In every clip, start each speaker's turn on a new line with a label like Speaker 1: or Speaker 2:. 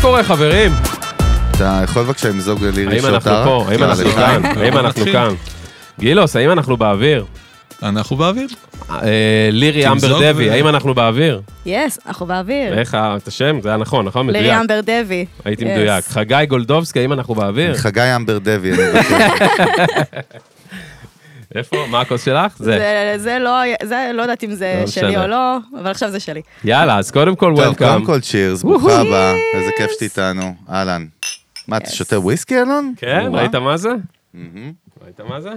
Speaker 1: קורה, חברים?
Speaker 2: אתה יכול בבקשה למזוג לירי
Speaker 1: האם
Speaker 2: שוטר?
Speaker 1: אנחנו פה? האם
Speaker 2: יאללה,
Speaker 1: אנחנו
Speaker 2: לחיים.
Speaker 1: כאן? האם אנחנו
Speaker 3: נתחיל.
Speaker 1: כאן? גילוס, האם אנחנו באוויר?
Speaker 3: אנחנו באוויר.
Speaker 1: אה, לירי
Speaker 3: תמזוג
Speaker 1: אמבר דבי,
Speaker 3: ו-
Speaker 1: האם אנחנו באוויר?
Speaker 4: יס, אנחנו באוויר.
Speaker 1: איך ה- את השם? זה היה נכון, נכון? מדויק.
Speaker 4: לרי כן. אמבר דבי.
Speaker 1: הייתי
Speaker 4: Yes.
Speaker 1: מדויק. חגי גולדובסקי, האם אנחנו באוויר?
Speaker 2: חגי אמבר דבי. אני בטוח.
Speaker 1: איפה? מה הכוס שלך? זה.
Speaker 4: זה- זה לא, זה לא יודעת אם זה
Speaker 1: לא
Speaker 4: שלי
Speaker 1: משנה.
Speaker 4: או לא, אבל עכשיו זה שלי.
Speaker 1: יאללה, אז קודם כל,
Speaker 2: טוב,
Speaker 1: וולקאם.
Speaker 2: קודם כל צ'ירס,
Speaker 1: וואו.
Speaker 2: ברוכה הבאה, איזה כיף שאת איתנו, אהלן. מה, אתה
Speaker 4: Yes.
Speaker 2: שותה וויסקי, אלון?
Speaker 1: כן,
Speaker 2: וואו.
Speaker 1: ראית מה זה?
Speaker 2: מהמם.
Speaker 1: ראית מה זה?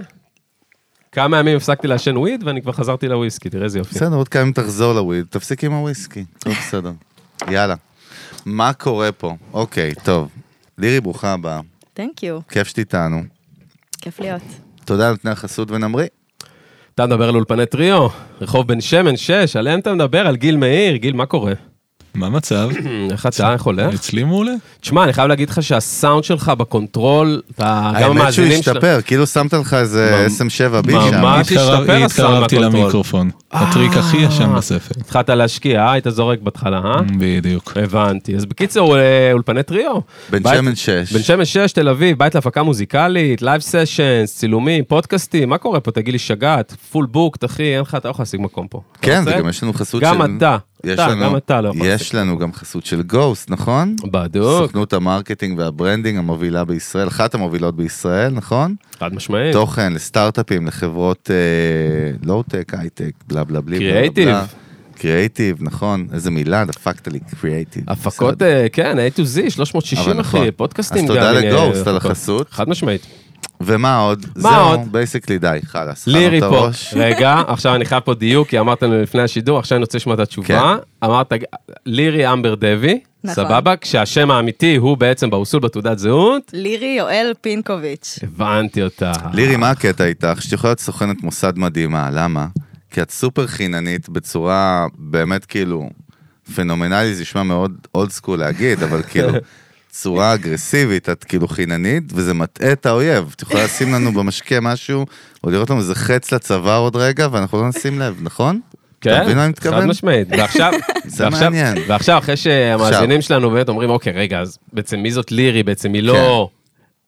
Speaker 1: כמה ימים הפסקתי לעשן וויד ואני כבר חזרתי לוויסקי, תראה איזה יופי.
Speaker 2: בסדר, עוד כמה ימים תחזור לוויד, תפסיק עם הוויסקי, טוב, בסדר. יאללה. מה קורה פה? אוקיי, טוב. לירי, ברוכה הבאה,
Speaker 4: Thank you,
Speaker 2: כיף שאת איתנו.
Speaker 4: כיף להיות.
Speaker 2: תודה על נותני החסות ונמרי.
Speaker 1: אה, אתה מדבר על אולפני טריו, רחוב בן שמן 6, עליהם אתה מדבר, על גיל מאיר, גיל, מה קורה?
Speaker 3: מה המצב?
Speaker 2: Hmm,
Speaker 1: איך אתה, איך הולך?
Speaker 3: אצלי מעולה.
Speaker 1: תשמע, אני חייב להגיד לך שהסאונד שלך בקונטרול, אתה- גם
Speaker 2: האמת שהוא
Speaker 1: המאזינים שלך...
Speaker 2: השתפר, כאילו שמת לך איזה SM7 בי שם.
Speaker 1: ממש.
Speaker 3: התקרב-
Speaker 1: תשתפר הסאונד
Speaker 3: התקרבתי
Speaker 1: והקונטרול.
Speaker 3: למיקרופון. הטריק הכי ישן בספר.
Speaker 1: התחלת להשקיע, אה? היית זורק בהתחלה, אה?
Speaker 2: Mm.
Speaker 3: בדיוק.
Speaker 1: הבנתי. אז בקיצור, אה, אולפני טריו.
Speaker 2: בן
Speaker 1: בית-
Speaker 2: שמן שש.
Speaker 1: בן שמן 6, תל אביב, בית להפקה מוזיקלית, לייב סשנס, צילומים, פודקאסטים, מה קורה פה? תגיד לי, שגעת, פול בוקט, אחי, אין לך, אתה לא יכול להשיג מקום פה. אתה
Speaker 2: כן,
Speaker 1: רוצה?
Speaker 2: וגם יש לנו חסות של...
Speaker 1: גם אתה,
Speaker 2: יש
Speaker 1: אתה,
Speaker 2: לנו-
Speaker 1: גם אתה לא יכול
Speaker 2: יש לנו גם חסות של גוסט, נכון?
Speaker 1: בדוק,
Speaker 2: סוכנות המרקטינג והברנדינג המובילה בישראל, אחת המובילות בישראל, נכון?
Speaker 1: חד משמעית.
Speaker 2: תוכן לסטארט-אפים, לחברות אה, לואו-טק, הייטק, בלה בלה בלי. בלה,
Speaker 1: Creative.
Speaker 2: בלה. קריאייטיב, נכון, איזה מילה, דפקת לי, קריאייטיב.
Speaker 1: הפקות,
Speaker 2: בסדר.
Speaker 1: אה, כן, A to Z, 360
Speaker 2: אבל נכון.
Speaker 1: אחי, פודקאסטים
Speaker 2: אז
Speaker 1: גם.
Speaker 2: תודה
Speaker 1: הנה,
Speaker 2: לגוסט על
Speaker 1: הפקות.
Speaker 2: החסות.
Speaker 1: חד משמעית.
Speaker 2: ומה עוד?
Speaker 1: עוד?
Speaker 2: זהו, בייסיקלי די, חלאס.
Speaker 1: לירי
Speaker 2: אכלנו את
Speaker 1: פה.
Speaker 2: הראש.
Speaker 1: רגע, עכשיו אני חייב פה דיוק, כי אמרת לנו לפני השידור, עכשיו אני רוצה לשמוע את התשובה.
Speaker 2: כן.
Speaker 1: אמרת, לירי אמבר דבי,
Speaker 4: נכון.
Speaker 1: סבבה? כשהשם האמיתי הוא בעצם באוסול בתעודת זהות.
Speaker 4: לירי יואל פינקוביץ'.
Speaker 1: הבנתי אותה.
Speaker 2: לירי, מה הקטע איתך? שאת יכולה להיות סוכנת מוסד מדהימה, למה? כי את סופר חיננית בצורה באמת כאילו פנומנלית, זה נשמע מאוד אולד סקול להגיד, אבל כאילו צורה אגרסיבית, את כאילו חיננית, וזה מטעה את האויב. את יכולה לשים לנו במשקה משהו, או לראות לנו איזה חץ לצוואר עוד רגע, ואנחנו לא נשים לב, נכון? אתה מבין מה אני מתכוון?
Speaker 1: כן, חד משמעית. ועכשיו,
Speaker 2: זה
Speaker 1: ועכשיו-
Speaker 2: מעניין.
Speaker 1: ועכשיו, אחרי שהמאזינים שלנו באמת אומרים, אוקיי, רגע, אז בעצם מי זאת לירי? בעצם היא לא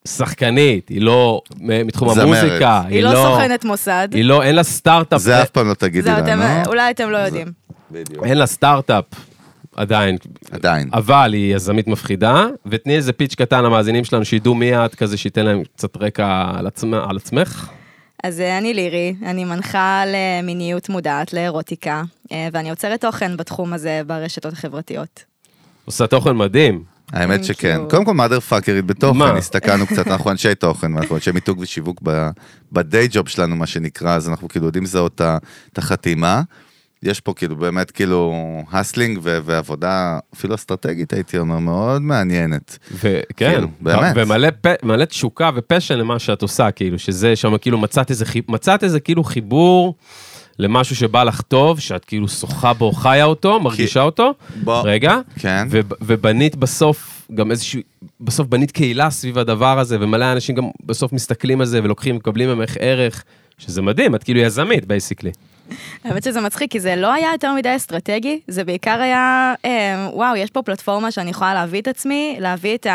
Speaker 1: שחקנית, היא לא מ- מתחום
Speaker 2: כן. זמרת.
Speaker 1: המוזיקה,
Speaker 4: היא לא סוכנת מוסד.
Speaker 1: היא לא, אין לה סטארט-אפ,
Speaker 2: זה אף פעם לא תגידי
Speaker 4: זהו, אתם,
Speaker 2: לנו.
Speaker 4: אולי אתם לא יודעים.
Speaker 1: אין לה סטארט-אפ עדיין,
Speaker 2: עדיין.
Speaker 1: אבל היא יזמית מפחידה, ותני איזה פיץ' קטן למאזינים שלנו, שידעו מי את, כזה שייתן להם קצת רקע על, עצמ... על עצמך.
Speaker 4: אז אה, אני לירי, אני מנחה למיניות מודעת, לאירוטיקה, אה, ואני עוצרת תוכן בתחום הזה ברשתות החברתיות.
Speaker 1: עושה תוכן מדהים.
Speaker 2: האמת
Speaker 4: Thank
Speaker 2: שכן.
Speaker 4: you.
Speaker 2: קודם כל, מאדר פאקרית בתוכן,
Speaker 1: מה?
Speaker 2: הסתכלנו קצת, אנחנו אנשי תוכן, ואנחנו אנשי מיתוג ושיווק ב- בדיי ג'וב שלנו, מה שנקרא, אז אנחנו כאילו יודעים לזהות את ה- את החתימה. יש פה כאילו באמת כאילו הסלינג ו- ועבודה אפילו אסטרטגית, הייתי אומר, מאוד מעניינת.
Speaker 1: וכן,
Speaker 2: כאילו, באמת.
Speaker 1: ומלא פ... מלא תשוקה ופשן למה שאת עושה, כאילו, שזה שם, כאילו, מצאת איזה, חי- מצאת איזה כאילו חיבור למשהו שבא לך טוב, שאת כאילו שוחה בו, חיה אותו, מרגישה אותו.
Speaker 2: בוא.
Speaker 1: רגע.
Speaker 2: כן.
Speaker 1: וב- ובנית בסוף גם איזשהו, בסוף בנית קהילה סביב הדבר הזה, ומלא אנשים גם בסוף מסתכלים על זה ולוקחים, מקבלים ממך ערך, שזה מדהים, את כאילו יזמית בייסיקלי.
Speaker 4: האמת שזה מצחיק, כי זה לא היה יותר מדי אסטרטגי, זה בעיקר היה, אה, וואו, יש פה פלטפורמה שאני יכולה להביא את עצמי, להביא את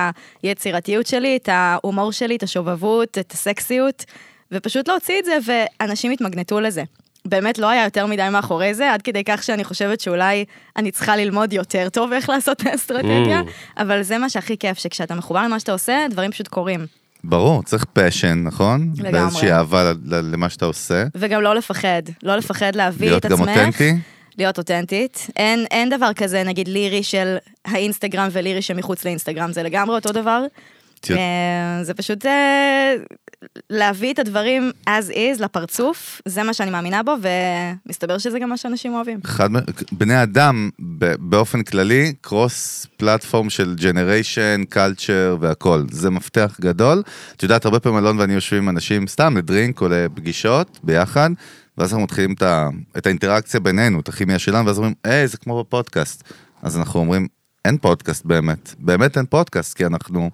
Speaker 4: היצירתיות שלי, את ההומור שלי, את השובבות, את הסקסיות, ופשוט להוציא את זה, ואנשים התמגנטו לזה. באמת לא היה יותר מדי מאחורי זה, עד כדי כך שאני חושבת שאולי אני צריכה ללמוד יותר טוב איך לעשות את האסטרטגיה,
Speaker 2: Mm.
Speaker 4: אבל זה מה שהכי כיף, שכשאתה מחובר למה שאתה עושה, דברים פשוט קורים.
Speaker 2: ברור, צריך פשן, נכון?
Speaker 4: לגמרי.
Speaker 2: ואיזושהי אהבה ל- ל- למה שאתה עושה.
Speaker 4: וגם לא לפחד, לא לפחד להביא
Speaker 2: להיות
Speaker 4: את
Speaker 2: גם
Speaker 4: עצמך. כן.
Speaker 2: אותנטי.
Speaker 4: להיות אותנטית. אין, אין דבר כזה, נגיד לירי של האינסטגרם ולירי שמחוץ לאינסטגרם, זה לגמרי אותו דבר.
Speaker 2: את יודעת-
Speaker 4: אה, זה פשוט אה, להביא את הדברים as is לפרצוף, זה מה שאני מאמינה בו, ומסתבר שזה גם מה שאנשים אוהבים.
Speaker 2: חד, מ- בני אדם ב- באופן כללי, קרוס פלטפורם של ג'נריישן, קלצ'ר והכל. זה מפתח גדול. את יודעת, הרבה פעמים אלון ואני יושבים עם אנשים סתם לדרינק או לפגישות ביחד, ואז אנחנו מתחילים את, ה, את האינטראקציה בינינו, את הכימיה שלנו, ואז אומרים, היי, זה כמו בפודקאסט. אז אנחנו אומרים, אין פודקאסט באמת. באמת אין פודקאסט, כי אנחנו...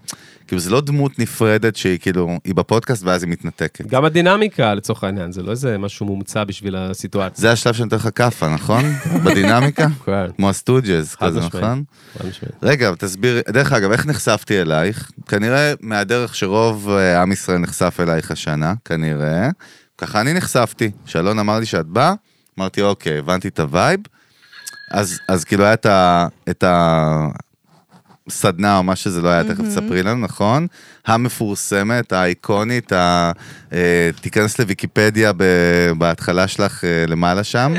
Speaker 2: כאילו, זה לא דמות נפרדת שהיא כאילו, היא בפודקאסט ואז היא מתנתקת.
Speaker 1: גם הדינמיקה, לצורך העניין, זה לא איזה משהו מומצא בשביל הסיטואציה.
Speaker 2: זה השלב שנותן לך כאפה, נכון? בדינמיקה?
Speaker 1: כן,
Speaker 2: כמו הסטוג'ז
Speaker 1: חד
Speaker 2: כזה,
Speaker 1: משמעית.
Speaker 2: נכון?
Speaker 1: חד משמעית.
Speaker 2: רגע, אבל תסביר, דרך אגב, איך נחשפתי אלייך? כנראה מהדרך שרוב אה, עם ישראל נחשף אלייך השנה, כנראה. ככה אני נחשפתי. שאלון אמר לי שאת באה, אמרתי, אוקיי, הבנתי את הווייב. אז, אז כאילו היה את ה... את ה... סדנה או מה שזה לא היה, תכף תספרי לנו, נכון? המפורסמת, האיקונית, ה... אה, תיכנס לוויקיפדיה ב... בהתחלה שלך אה, למעלה שם,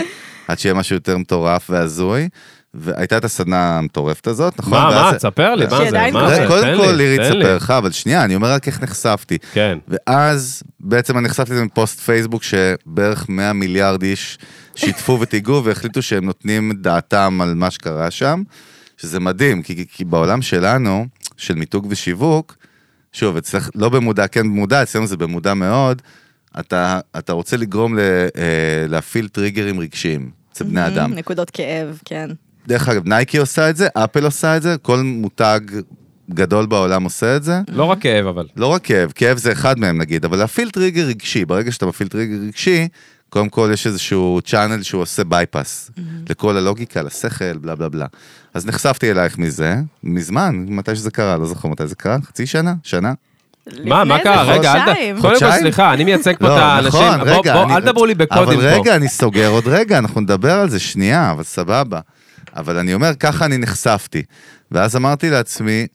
Speaker 2: עד שיהיה משהו יותר מטורף והזוי. והייתה את הסדנה המטורפת הזאת, נכון?
Speaker 1: מה,
Speaker 2: ואז-
Speaker 1: מה, תספר לי, מה זה,
Speaker 4: שעדיין
Speaker 1: מה
Speaker 4: קורה.
Speaker 1: זה,
Speaker 2: קודם
Speaker 1: תן
Speaker 2: כל
Speaker 1: לי,
Speaker 2: לירי
Speaker 1: תן לי.
Speaker 2: תספר לך, אבל שנייה, אני אומר רק איך נחשפתי.
Speaker 1: כן.
Speaker 2: ואז בעצם אני נחשפתי לזה מפוסט פייסבוק שבערך 100 מיליארד איש שיתפו ותיגעו והחליטו שהם נותנים דעתם על מה שקרה שם, שזה מדהים, כי, כי- כי בעולם שלנו, של מיתוג ושיווק, שוב, אצלך, לא במודע, כן במודע, אצלנו זה במודע מאוד, אתה, אתה רוצה לגרום ל, אה, להפעיל טריגרים רגשיים אצל
Speaker 4: Mm-hmm.
Speaker 2: בני אדם.
Speaker 4: אה, נקודות כאב, כן.
Speaker 2: דרך אגב, נייקי עושה את זה, אפל עושה את זה, כל מותג גדול בעולם עושה את זה.
Speaker 1: לא רק כאב, אבל.
Speaker 2: לא רק כאב, כאב זה אחד מהם נגיד, אבל להפעיל טריגר רגשי, ברגע שאתה מפעיל טריגר רגשי, קודם כל יש איזשהו צ'אנל שהוא עושה בייפס, לכל הלוגיקה, לשכל, בלה בלה בלה. אז נחשפתי אלייך מזה, מזמן, מתי שזה קרה, לא זוכר מתי זה קרה, חצי שנה? שנה?
Speaker 1: מה, מה
Speaker 4: לפני
Speaker 1: קרה?
Speaker 4: איזה
Speaker 1: רגע, אל
Speaker 4: חודשיים.
Speaker 1: ת... קודם כל,
Speaker 2: חודשיים?
Speaker 1: סליחה, אני מייצג פה את האנשים. בוא, בוא,
Speaker 2: לא, נכון, אני-
Speaker 1: אל תדברו לי בקודים
Speaker 2: אבל
Speaker 1: פה.
Speaker 2: רגע, אני סוגר עוד רגע, אנחנו נדבר על זה שנייה, אבל סבבה. אבל אני אומר, ככה אני נחשפתי. ואז אמרתי לעצמי,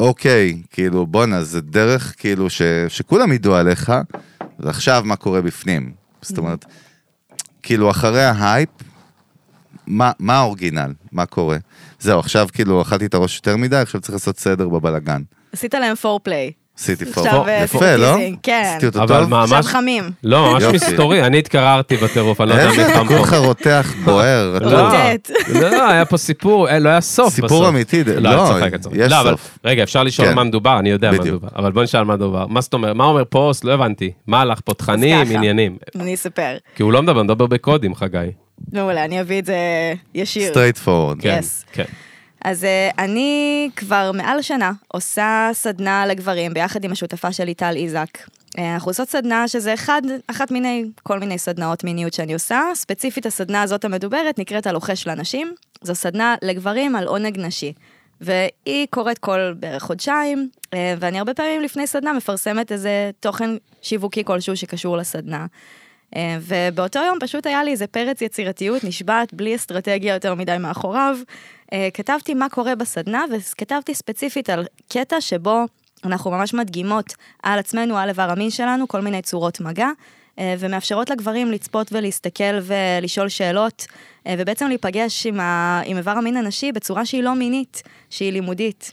Speaker 2: אוקיי, כאילו, בואנה, זה דרך כאילו ש, שכולם ידעו עליך, ועכשיו מה קורה בפנים.
Speaker 4: Mm.
Speaker 2: זאת אומרת, כאילו, אחרי ההייפ, מה, מה האורגינל? מה קורה? זהו, עכשיו כאילו אכלתי את הראש יותר מדי, עכשיו צריך לעשות סדר בבלאגן.
Speaker 4: עשית להם פורפליי.
Speaker 2: עשיתי
Speaker 4: עכשיו,
Speaker 2: פור.
Speaker 4: אה,
Speaker 2: יפה, לא?
Speaker 4: טיזינג, כן.
Speaker 2: עשיתי אותו
Speaker 1: אבל
Speaker 2: טוב?
Speaker 1: מה,
Speaker 4: עכשיו
Speaker 1: ממש-
Speaker 4: חמים.
Speaker 1: לא, ממש
Speaker 2: יופי.
Speaker 1: מסתורי, אני התקררתי בטירוף, אני לא יודע מי
Speaker 2: איזה
Speaker 1: חם
Speaker 2: כולך
Speaker 1: פה.
Speaker 2: רותח בוער. אתה-
Speaker 1: לא,
Speaker 4: רוטט.
Speaker 1: לא, היה פה סיפור, אה, לא היה סוף בסוף.
Speaker 2: סיפור אמיתי, ד-
Speaker 1: לא,
Speaker 2: לא,
Speaker 1: אני צוחק, אני צוחק.
Speaker 2: יש
Speaker 1: לא, אבל-
Speaker 2: סוף.
Speaker 1: רגע, אפשר לשאול
Speaker 2: כן.
Speaker 1: על מה מדובר, אני יודע מה
Speaker 2: בדיוק.
Speaker 1: מדובר, אבל בוא נשאל על מה מדובר. מה זאת אומרת, מה אומר פוסט? לא הבנתי. מה הלך פה, תכנים,
Speaker 4: ככה.
Speaker 1: עניינים.
Speaker 4: אני אספר.
Speaker 1: כי הוא לא מדבר, מדבר בקודים, חגי.
Speaker 4: מעולה, אני אביא את זה ישיר.
Speaker 2: סטרייט פורוד.
Speaker 1: כן,
Speaker 4: Yes.
Speaker 1: כן.
Speaker 4: אז אה, אני כבר מעל שנה עושה סדנה לגברים ביחד עם השותפה שלי טל איזק. אה, אנחנו עושות סדנה שזה אחד, אחת מיני, כל מיני סדנאות מיניות שאני עושה. ספציפית הסדנה הזאת המדוברת נקראת הלוחש לנשים. זו סדנה לגברים על עונג נשי. והיא קורית כל בערך חודשיים, אה, ואני הרבה פעמים לפני סדנה מפרסמת איזה תוכן שיווקי כלשהו שקשור לסדנה. אה, ובאותו יום פשוט היה לי איזה פרץ יצירתיות, נשבעת, בלי אסטרטגיה יותר מדי מאחוריו. אה, כתבתי מה קורה בסדנה, וכתבתי ספציפית על קטע שבו אנחנו ממש מדגימות על עצמנו, על איבר המין שלנו, כל מיני צורות מגע, אה, ומאפשרות לגברים לצפות ולהסתכל ולשאול שאלות, אה, ובעצם להיפגש עם, ה... עם איבר המין הנשי בצורה שהיא לא מינית, שהיא לימודית.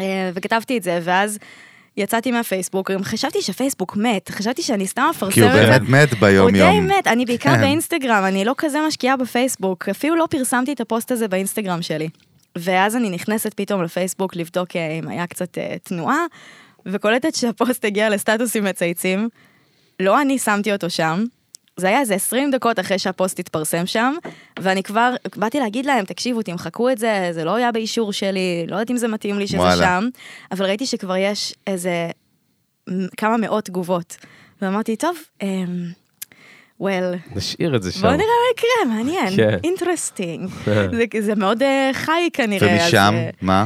Speaker 4: אה, וכתבתי את זה, ואז... יצאתי מהפייסבוק, גם חשבתי שפייסבוק מת, חשבתי שאני סתם מפרסמת
Speaker 2: כי הוא באמת מת ביום
Speaker 4: הוא
Speaker 2: יום.
Speaker 4: די מת, אני בעיקר
Speaker 2: כן.
Speaker 4: באינסטגרם, אני לא כזה משקיעה בפייסבוק, אפילו לא פרסמתי את הפוסט הזה באינסטגרם שלי. ואז אני נכנסת פתאום לפייסבוק לבדוק אה, אם היה קצת אה, תנועה, וקולטת שהפוסט הגיע לסטטוסים מצייצים. לא אני שמתי אותו שם, זה היה איזה 20 דקות אחרי שהפוסט התפרסם שם, ואני כבר באתי להגיד להם, תקשיבו, תמחקו את זה, זה לא היה באישור שלי, לא יודעת אם זה מתאים לי שזה
Speaker 2: וואלה.
Speaker 4: שם, אבל ראיתי שכבר יש איזה מ- כמה מאות תגובות. ואמרתי, טוב, אמ, well,
Speaker 1: נשאיר את זה
Speaker 4: בואו
Speaker 1: שם.
Speaker 4: נראה מה יקרה, מעניין,
Speaker 1: כן.
Speaker 4: אינטרסטינג. זה מאוד אה, חי כנראה. אז,
Speaker 2: ומשם,
Speaker 4: אה,
Speaker 2: מה?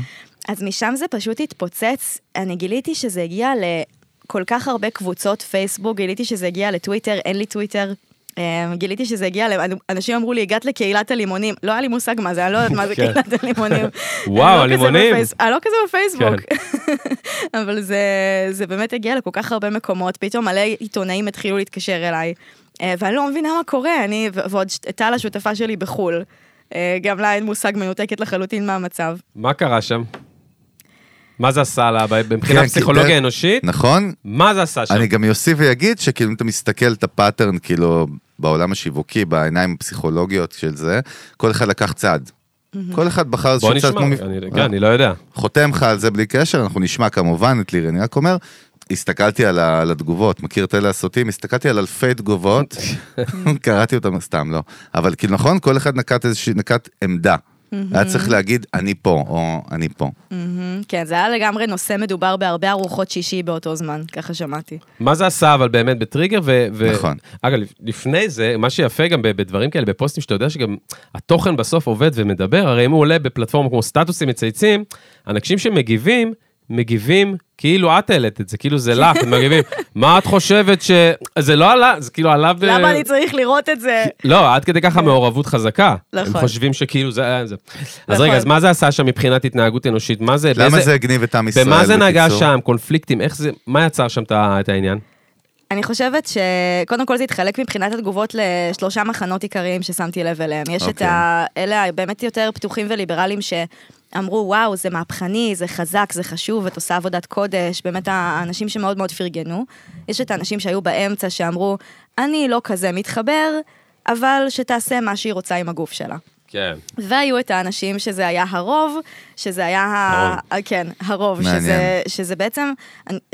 Speaker 4: אז משם זה פשוט התפוצץ, אני גיליתי שזה הגיע לכל כך הרבה קבוצות פייסבוק, גיליתי שזה הגיע לטוויטר, אין לי טוויטר. אמ, גיליתי שזה הגיע, לאנ- אנשים אמרו לי, הגעת לקהילת הלימונים, לא היה לי מושג מה זה, אני לא יודעת מה זה
Speaker 1: כן.
Speaker 4: קהילת הלימונים.
Speaker 1: וואו,
Speaker 4: אני לא כזה
Speaker 1: הלימונים. כן.
Speaker 4: בפייס- אני לא כזה בפייסבוק. אבל זה, זה באמת הגיע לכל כך הרבה מקומות, פתאום מלא עיתונאים התחילו להתקשר אליי, אה, ואני לא מבינה מה קורה, אני, ו- ועוד ש- טל השותפה שלי בחו"ל, אה, גם לה אין מושג מנותקת לחלוטין מהמצב.
Speaker 1: מה קרה שם? מה זה עשה לה, ב- מבחינה
Speaker 2: כן, כי דרך-
Speaker 1: פסיכולוגיה אנושית?
Speaker 2: נכון?
Speaker 1: מה זה עשה שם?
Speaker 2: אני גם אוסיף ואגיד שכאילו אם אתה מסתכל את הפאטרן כאילו בעולם השיווקי, בעיניים הפסיכולוגיות של זה, כל אחד לקח צד. כל אחד בחר
Speaker 1: בוא
Speaker 2: איזשהו צד
Speaker 1: נשמע,
Speaker 2: כמו... מפ- אה,
Speaker 1: אני- כן, אני לא יודע.
Speaker 2: חותם לך על זה בלי קשר, אנחנו נשמע כמובן את לירי, אני רק אומר, הסתכלתי על, ה, על התגובות, מכיר את אלה הסוטים? הסתכלתי על אלפי תגובות, קראתי אותם סתם, לא. אבל כאילו נכון, כל אחד נקט, איזושהי, נקט עמדה. היה צריך להגיד, אני פה, או אני פה.
Speaker 4: מהמם. כן, זה היה לגמרי נושא מדובר בהרבה ארוחות שישי באותו זמן, ככה שמעתי.
Speaker 1: מה זה עשה אבל באמת בטריגר, ו... ו-
Speaker 2: נכון.
Speaker 1: אגב, לפ- לפני זה, מה שיפה גם ב- בדברים כאלה, בפוסטים שאתה יודע שגם התוכן בסוף עובד ומדבר, הרי אם הוא עולה בפלטפורמה כמו סטטוסים מצייצים, אנשים שמגיבים, מגיבים כאילו את העלית את זה, כאילו זה לך, הם מגיבים, מה את חושבת ש... זה לא עלה, זה כאילו עלה ב...
Speaker 4: למה אני צריך לראות את זה?
Speaker 1: לא, עד כדי ככה מעורבות חזקה. הם
Speaker 4: נכון.
Speaker 1: חושבים שכאילו זה... היה זה. אז
Speaker 4: נכון.
Speaker 1: רגע, אז מה זה עשה שם מבחינת התנהגות אנושית? מה זה...
Speaker 2: למה
Speaker 1: באיזה-
Speaker 2: זה הגניב את עם ישראל?
Speaker 1: במה זה נגע
Speaker 2: בקיצור?
Speaker 1: שם? קונפליקטים? איך זה... מה יצר שם את ה- את העניין?
Speaker 4: אני חושבת שקודם כל זה התחלק מבחינת התגובות לשלושה מחנות עיקריים ששמתי לב אליהם. יש את
Speaker 2: אוקיי.
Speaker 4: ה... אלה הבאמת יותר פתוחים וליברליים ש... אמרו, וואו, זה מהפכני, זה חזק, זה חשוב, את עושה עבודת קודש, באמת האנשים שמאוד מאוד פרגנו. יש את האנשים שהיו באמצע שאמרו, אני לא כזה מתחבר, אבל שתעשה מה שהיא רוצה עם הגוף שלה.
Speaker 1: כן.
Speaker 4: והיו את האנשים שזה היה הרוב, שזה היה, ה... כן, הרוב,
Speaker 2: מעניין.
Speaker 4: שזה, שזה בעצם,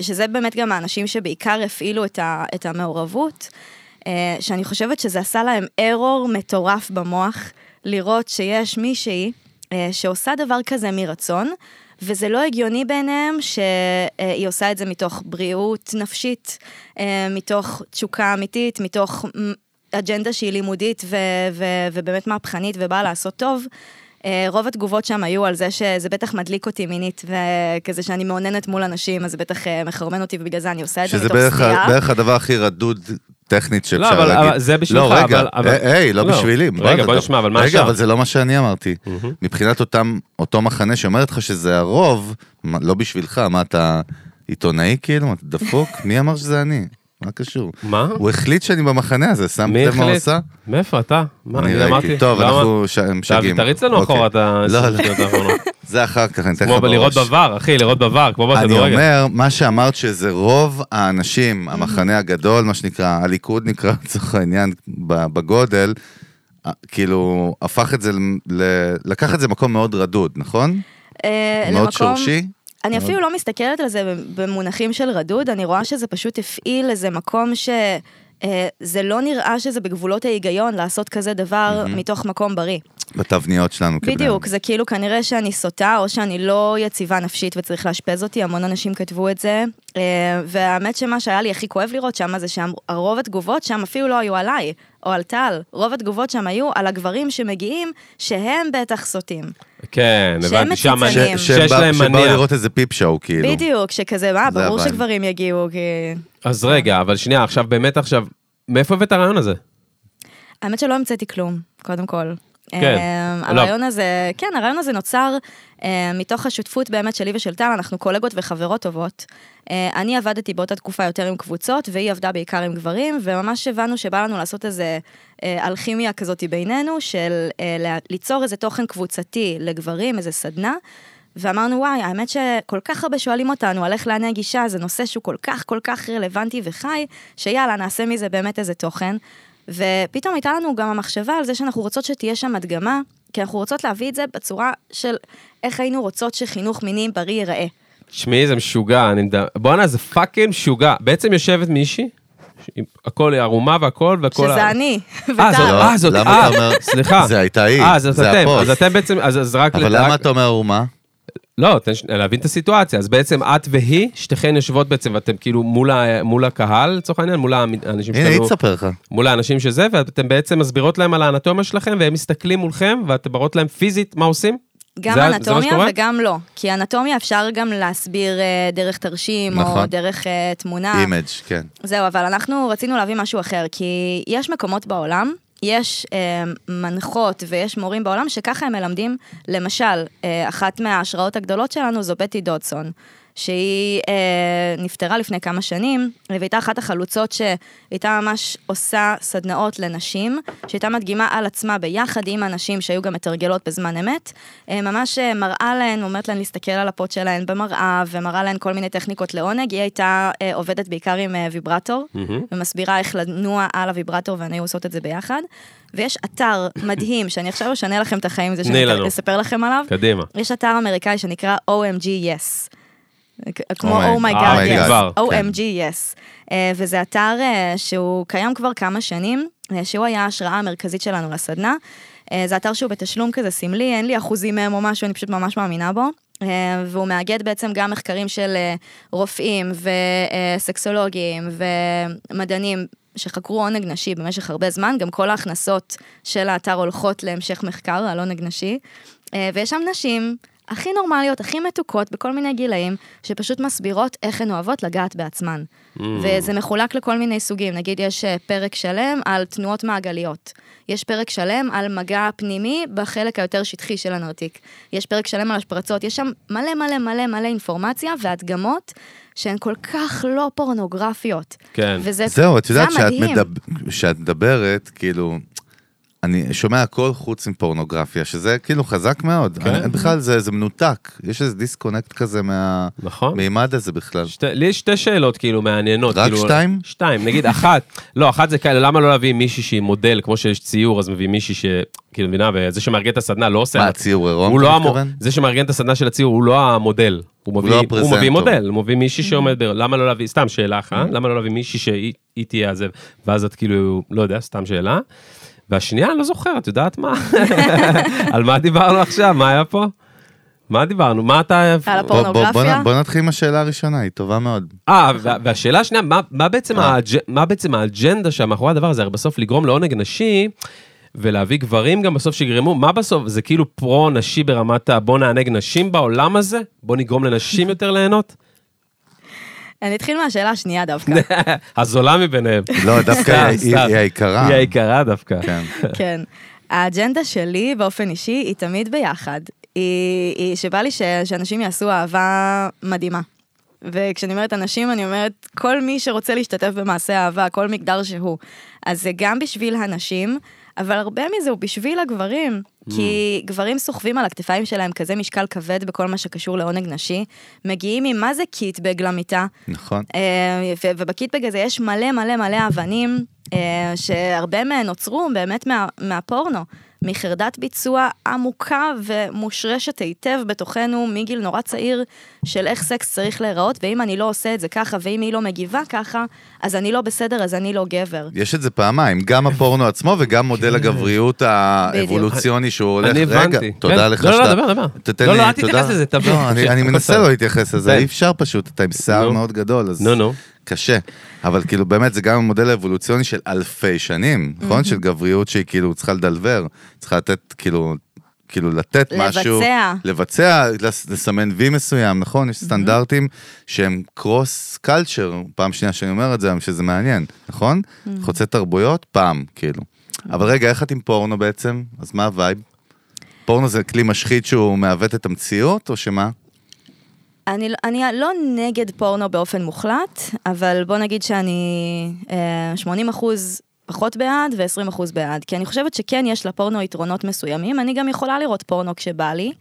Speaker 4: שזה באמת גם האנשים שבעיקר הפעילו את, ה, את המעורבות, אה, שאני חושבת שזה עשה להם ארור מטורף במוח, לראות שיש מישהי אה, שעושה דבר כזה מרצון, וזה לא הגיוני בעיניהם שהיא עושה את זה מתוך בריאות נפשית, אה, מתוך תשוקה אמיתית, מתוך אג'נדה שהיא לימודית ו- ו- ובאמת מהפכנית ובאה לעשות טוב. אה, רוב התגובות שם היו על זה שזה בטח מדליק אותי מינית, וכזה שאני מאוננת מול אנשים, אז זה בטח אה, מחרמן אותי ובגלל זה אני עושה את זה
Speaker 2: שזה
Speaker 4: מתוך
Speaker 2: בערך ה-
Speaker 4: סטייה.
Speaker 2: בערך הדבר הכי רדוד טכנית
Speaker 1: לא,
Speaker 2: שאפשר
Speaker 1: אבל-
Speaker 2: להגיד.
Speaker 1: אבל זה בשבילך,
Speaker 2: לא, רגע,
Speaker 1: אבל- אבל-
Speaker 2: אה, היי, לא
Speaker 1: לא.
Speaker 2: בשבילי.
Speaker 1: רגע,
Speaker 2: אתה-
Speaker 1: בוא נשמע, אבל מה
Speaker 2: רגע,
Speaker 1: השאר?
Speaker 2: אבל זה לא מה שאני אמרתי. מבחינת אותם, אותו מחנה שאומר לך שזה הרוב, מה- לא בשבילך, מה אתה עיתונאי כאילו? מה, אתה דפוק? מי אמר שזה אני? מה קשור?
Speaker 1: מה?
Speaker 2: הוא החליט שאני במחנה הזה, שמת
Speaker 1: מי
Speaker 2: לב מה הוא
Speaker 1: החליט?
Speaker 2: עשה?
Speaker 1: מאיפה אתה? מה,
Speaker 2: אני ראיתי. טוב,
Speaker 1: למה?
Speaker 2: אנחנו ש-
Speaker 1: תעביר,
Speaker 2: משגעים.
Speaker 1: תריץ לנו
Speaker 2: אוקיי.
Speaker 1: אחורה את ה...
Speaker 2: לא, לא,
Speaker 1: שניות האחרונות.
Speaker 2: זה אחר כך, אני אתן לך
Speaker 1: כמו
Speaker 2: בראש.
Speaker 1: לראות בVAR, אחי, לראות בVAR, כמו
Speaker 2: אני
Speaker 1: בכדורגל.
Speaker 2: אומר, מה שאמרת שזה רוב האנשים, המחנה הגדול, מה שנקרא, הליכוד נקרא, לצורך העניין, ב- בגודל, אה, כאילו, הפך את זה, ל- ל- לקח את זה למקום מאוד רדוד, נכון?
Speaker 4: אה,
Speaker 2: מאוד
Speaker 4: למקום-
Speaker 2: שורשי?
Speaker 4: אני אפילו לא מסתכלת על זה במונחים של רדוד, אני רואה שזה פשוט הפעיל איזה מקום ש... אה, זה לא נראה שזה בגבולות ההיגיון לעשות כזה דבר מתוך מקום בריא.
Speaker 2: בתבניות שלנו. כבני
Speaker 4: בדיוק,
Speaker 2: אדם.
Speaker 4: זה כאילו כנראה שאני סוטה או שאני לא יציבה נפשית וצריך לאשפז אותי, המון אנשים כתבו את זה. אה, והאמת שמה שהיה לי הכי כואב לראות שם זה שרוב התגובות שם אפילו לא היו עליי, או על טל, רוב התגובות שם היו על הגברים שמגיעים, שהם בטח סוטים.
Speaker 1: כן,
Speaker 4: שהם
Speaker 1: הבנתי, שם
Speaker 2: ש-
Speaker 4: מצומצמים.
Speaker 1: אני...
Speaker 4: מעניין.
Speaker 1: שיש
Speaker 2: שבא-
Speaker 1: להם
Speaker 2: שבאו
Speaker 1: מניע.
Speaker 2: לראות איזה פיפ שואו, כאילו.
Speaker 4: בדיוק, שכזה, מה,
Speaker 2: זה
Speaker 4: ברור
Speaker 2: הבעיה.
Speaker 4: שגברים יגיעו, כי...
Speaker 1: אז רגע, אבל שנייה, עכשיו באמת עכשיו, מאיפה הבאת הרעיון הזה?
Speaker 4: האמת שלא המצאתי כלום, קודם כל.
Speaker 1: כן,
Speaker 4: אמ,
Speaker 1: לא.
Speaker 4: הרעיון הזה, כן, הרעיון הזה נוצר אה, מתוך השותפות באמת שלי ושל טל, אנחנו קולגות וחברות טובות. אה, אני עבדתי באותה תקופה יותר עם קבוצות, והיא עבדה בעיקר עם גברים, וממש הבנו שבא לנו לעשות איזה אה, אלכימיה כזאת בינינו, של אה, לה- ליצור איזה תוכן קבוצתי לגברים, איזה סדנה. ואמרנו, וואי, האמת שכל כך הרבה שואלים אותנו על איך לעני הגישה, זה נושא שהוא כל כך כל כך רלוונטי וחי, שיאללה, נעשה מזה באמת איזה תוכן. ופתאום הייתה לנו גם המחשבה על זה שאנחנו רוצות שתהיה שם הדגמה, כי אנחנו רוצות להביא את זה בצורה של איך היינו רוצות שחינוך מיני בריא ייראה.
Speaker 1: תשמעי, זה משוגע, אני מדבר... בואנה, זה פאקינג משוגע. בעצם יושבת מישהי, ש- עם- הכל היא ערומה והכל, והכל...
Speaker 4: שזה אני,
Speaker 1: אה, זאת,
Speaker 4: וטל.
Speaker 2: לא,
Speaker 1: אה, זאת,
Speaker 2: למה
Speaker 1: אה,
Speaker 2: אתה אומר-
Speaker 1: סליחה.
Speaker 2: זה הייתה היא,
Speaker 1: אה, זאת
Speaker 2: זה
Speaker 1: אתם,
Speaker 2: הפוסט.
Speaker 1: אז אתם בעצם, אז אז רק...
Speaker 2: אבל
Speaker 1: לדעת-
Speaker 2: למה אתה אומר אומה?
Speaker 1: לא, תן ש... להבין את הסיטואציה. אז בעצם את והיא, שתיכן יושבות בעצם, ואתם כאילו מול, ה... מול הקהל, לצורך העניין, מול האמ- האנשים
Speaker 2: הנה, היא
Speaker 1: שתנו,
Speaker 2: תספר לך.
Speaker 1: מול האנשים שזה, ואתם בעצם מסבירות להם על האנטומיה שלכם, והם מסתכלים מולכם, ואתם מראות להם פיזית מה עושים?
Speaker 4: גם
Speaker 1: זה- זה מה
Speaker 4: אנטומיה
Speaker 1: שקורה?
Speaker 4: וגם לא. כי אנטומיה אפשר גם להסביר אה, דרך תרשים, או
Speaker 2: נכון.
Speaker 4: דרך אה, תמונה.
Speaker 2: אימג', כן.
Speaker 4: זהו, אבל אנחנו רצינו להביא משהו אחר, כי יש מקומות בעולם, יש אה, מנחות ויש מורים בעולם שככה הם מלמדים. למשל, אה, אחת מההשראות הגדולות שלנו זו בטי דודסון, שהיא אה, נפטרה לפני כמה שנים, והייתה אחת החלוצות שהייתה ממש עושה סדנאות לנשים, שהייתה מדגימה על עצמה ביחד עם הנשים שהיו גם מתרגלות בזמן אמת, אה, ממש אה, מראה להן, אומרת להן להסתכל על הפות שלהן במראה, ומראה להן כל מיני טכניקות לעונג, היא הייתה אה, עובדת בעיקר עם אה, ויברטור, ומסבירה איך לנוע על הוויברטור, והן היו עושות את זה ביחד. ויש אתר מדהים, שאני עכשיו אשנה לכם את החיים, זה
Speaker 1: תני
Speaker 4: שאני
Speaker 1: לנו. כן.
Speaker 4: אספר לכם עליו.
Speaker 1: קדימה.
Speaker 4: יש אתר אמריקאי שנקרא OMG Yes. כמו
Speaker 2: Oh my
Speaker 4: Oh
Speaker 1: God,
Speaker 4: my God
Speaker 1: Oh my
Speaker 4: Yes,
Speaker 1: God.
Speaker 4: OMG Yes. אה, וזה אתר אה, שהוא קיים כבר כמה שנים, אה, שהוא היה ההשראה המרכזית שלנו לסדנה. אה, זה אתר שהוא בתשלום כזה סמלי, אין לי אחוזים מהם או משהו, אני פשוט ממש מאמינה בו. אה, והוא מאגד בעצם גם מחקרים של אה, רופאים וסקסולוגים ומדענים שחקרו עונג נשי במשך הרבה זמן, גם כל ההכנסות של האתר הולכות להמשך מחקר על עונג נשי. אה, ויש שם נשים הכי נורמליות, הכי מתוקות, בכל מיני גילאים, שפשוט מסבירות איך הן אוהבות לגעת בעצמן. וזה מחולק לכל מיני סוגים, נגיד יש אה, פרק שלם על תנועות מעגליות. יש פרק שלם על מגע פנימי בחלק היותר שטחי של הנרתיק. יש פרק שלם על השפרצות, יש שם מלא מלא מלא מלא אינפורמציה והדגמות שהן כל כך לא פורנוגרפיות.
Speaker 1: כן.
Speaker 4: וזה
Speaker 2: זהו, את
Speaker 4: זה
Speaker 2: יודעת שאת,
Speaker 4: המדהים.
Speaker 2: מדב... שאת מדברת, כאילו, אני שומע הכל חוץ מפורנוגרפיה, שזה כאילו חזק מאוד.
Speaker 1: כן.
Speaker 2: כן. בכלל, זה, זה מנותק, יש איזה דיסקונקט כזה מה...
Speaker 1: נכון.
Speaker 2: מימד הזה בכלל.
Speaker 1: שתי, לי יש שתי שאלות כאילו מעניינות.
Speaker 2: רק
Speaker 1: כאילו,
Speaker 2: שתיים?
Speaker 1: שתיים, נגיד אחת, לא, אחת זה כאלה, למה לא להביא מישהי שהיא מודל, כמו שיש ציור, אז מביאים מישהי ש... כאילו, מבינה, וזה שמארגן את הסדנה לא עושה...
Speaker 2: מה, הציור עירום?
Speaker 1: הוא
Speaker 2: אתה
Speaker 1: לא המו...
Speaker 2: מתכוון?
Speaker 1: זה שמארגן את הסדנה של הציור הוא לא המודל. הוא מביא,
Speaker 2: לא
Speaker 1: הוא,
Speaker 2: הפרזנטור. Mm.
Speaker 1: מביא מודל, הוא מביא מישהי שעומד, ב... למה לא להביא, סתם שאלה אחת, למה לא להביא מישהי שהיא היא תהיה הזה, ואז את כאילו, לא יודע, סתם שאלה. והשנייה, אני לא זוכר, את יודעת מה? על מה דיברנו עכשיו? מה היה פה? מה דיברנו? מה אתה...
Speaker 4: על הפורנו.
Speaker 2: בוא- בוא- בוא נ-
Speaker 4: פורנוגרפיה?
Speaker 2: בוא נתחיל עם השאלה הראשונה, היא טובה מאוד.
Speaker 1: אה, וה- והשאלה השנייה, מה, מה, בעצם
Speaker 2: אה.
Speaker 1: האג'... מה בעצם האג'נדה שמאחורי הדבר הזה? הרי בסוף לגרום לעונג נשי ולהביא גברים גם בסוף שיגרמו, מה בסוף? זה כאילו פרו-נשי ברמת ה... בוא נענג נשים בעולם הזה? בוא נגרום לנשים יותר ליהנות?
Speaker 4: אני אתחיל מהשאלה השנייה דווקא.
Speaker 1: הזולה מביניהם.
Speaker 2: לא, דווקא
Speaker 1: סתם,
Speaker 2: היא- היא
Speaker 1: סתם.
Speaker 2: היא היקרה.
Speaker 1: היא היקרה דווקא.
Speaker 2: כן.
Speaker 4: כן. האג'נדה שלי באופן אישי היא תמיד ביחד. היא, היא שבא לי ש, שאנשים יעשו אהבה מדהימה. וכשאני אומרת אנשים, אני אומרת כל מי שרוצה להשתתף במעשה אהבה, כל מגדר שהוא. אז זה גם בשביל הנשים, אבל הרבה מזה הוא בשביל הגברים. כי גברים סוחבים על הכתפיים שלהם כזה משקל כבד בכל מה שקשור לעונג נשי, מגיעים עם מה זה קיטבג למיטה,
Speaker 2: נכון.
Speaker 4: אה, ו- ובקיטבג הזה יש מלא מלא מלא אבנים, אה, שהרבה מהן נוצרו באמת מה- מהפורנו, מחרדת ביצוע עמוקה ומושרשת היטב בתוכנו מגיל נורא צעיר, של איך סקס צריך להיראות, ואם אני לא עושה את זה ככה, ואם היא לא מגיבה ככה, אז אני לא בסדר, אז אני לא גבר.
Speaker 2: יש את זה פעמיים, גם הפורנו עצמו וגם
Speaker 4: כן.
Speaker 2: מודל הגבריות האבולוציוני שהוא הולך...
Speaker 1: אני
Speaker 2: רגע,
Speaker 1: הבנתי.
Speaker 2: תודה
Speaker 1: כן.
Speaker 2: לך
Speaker 1: לא, לא,
Speaker 2: שאתה...
Speaker 1: דבר, דבר.
Speaker 2: תתן
Speaker 1: לא,
Speaker 2: לי-
Speaker 1: לא, אל תתייחס
Speaker 2: תודה.
Speaker 1: לזה, תביא.
Speaker 2: לא, אני- אני
Speaker 1: הכל
Speaker 2: מנסה
Speaker 1: טוב.
Speaker 2: לא להתייחס לזה,
Speaker 1: תן.
Speaker 2: אי אפשר פשוט, אתה עם שיער
Speaker 1: נו.
Speaker 2: מאוד גדול, אז
Speaker 1: נו, נו.
Speaker 2: קשה. אבל כאילו באמת, זה גם המודל האבולוציוני של אלפי שנים, נכון? של גבריות שהיא כאילו צריכה לדלבר, צריכה לתת כאילו... כאילו לתת משהו,
Speaker 4: לבצע.
Speaker 2: לבצע, לס- לסמן וי מסוים, נכון? יש סטנדרטים שהם קרוס קלצ'ר, פעם שנייה שאני אומר את זה, אבל שזה מעניין, נכון? חוצה תרבויות, פעם, כאילו. אבל רגע, איך את עם פורנו בעצם? אז מה הווייב? פורנו זה כלי משחית שהוא מעוות את המציאות, או שמה?
Speaker 4: אני, לא- אני לא נגד פורנו באופן מוחלט, אבל בוא נגיד שאני אה, 80 אחוז פחות בעד ו-20 אחוז בעד, כי אני חושבת שכן יש לפורנו יתרונות מסוימים, אני גם יכולה לראות פורנו כשבא לי.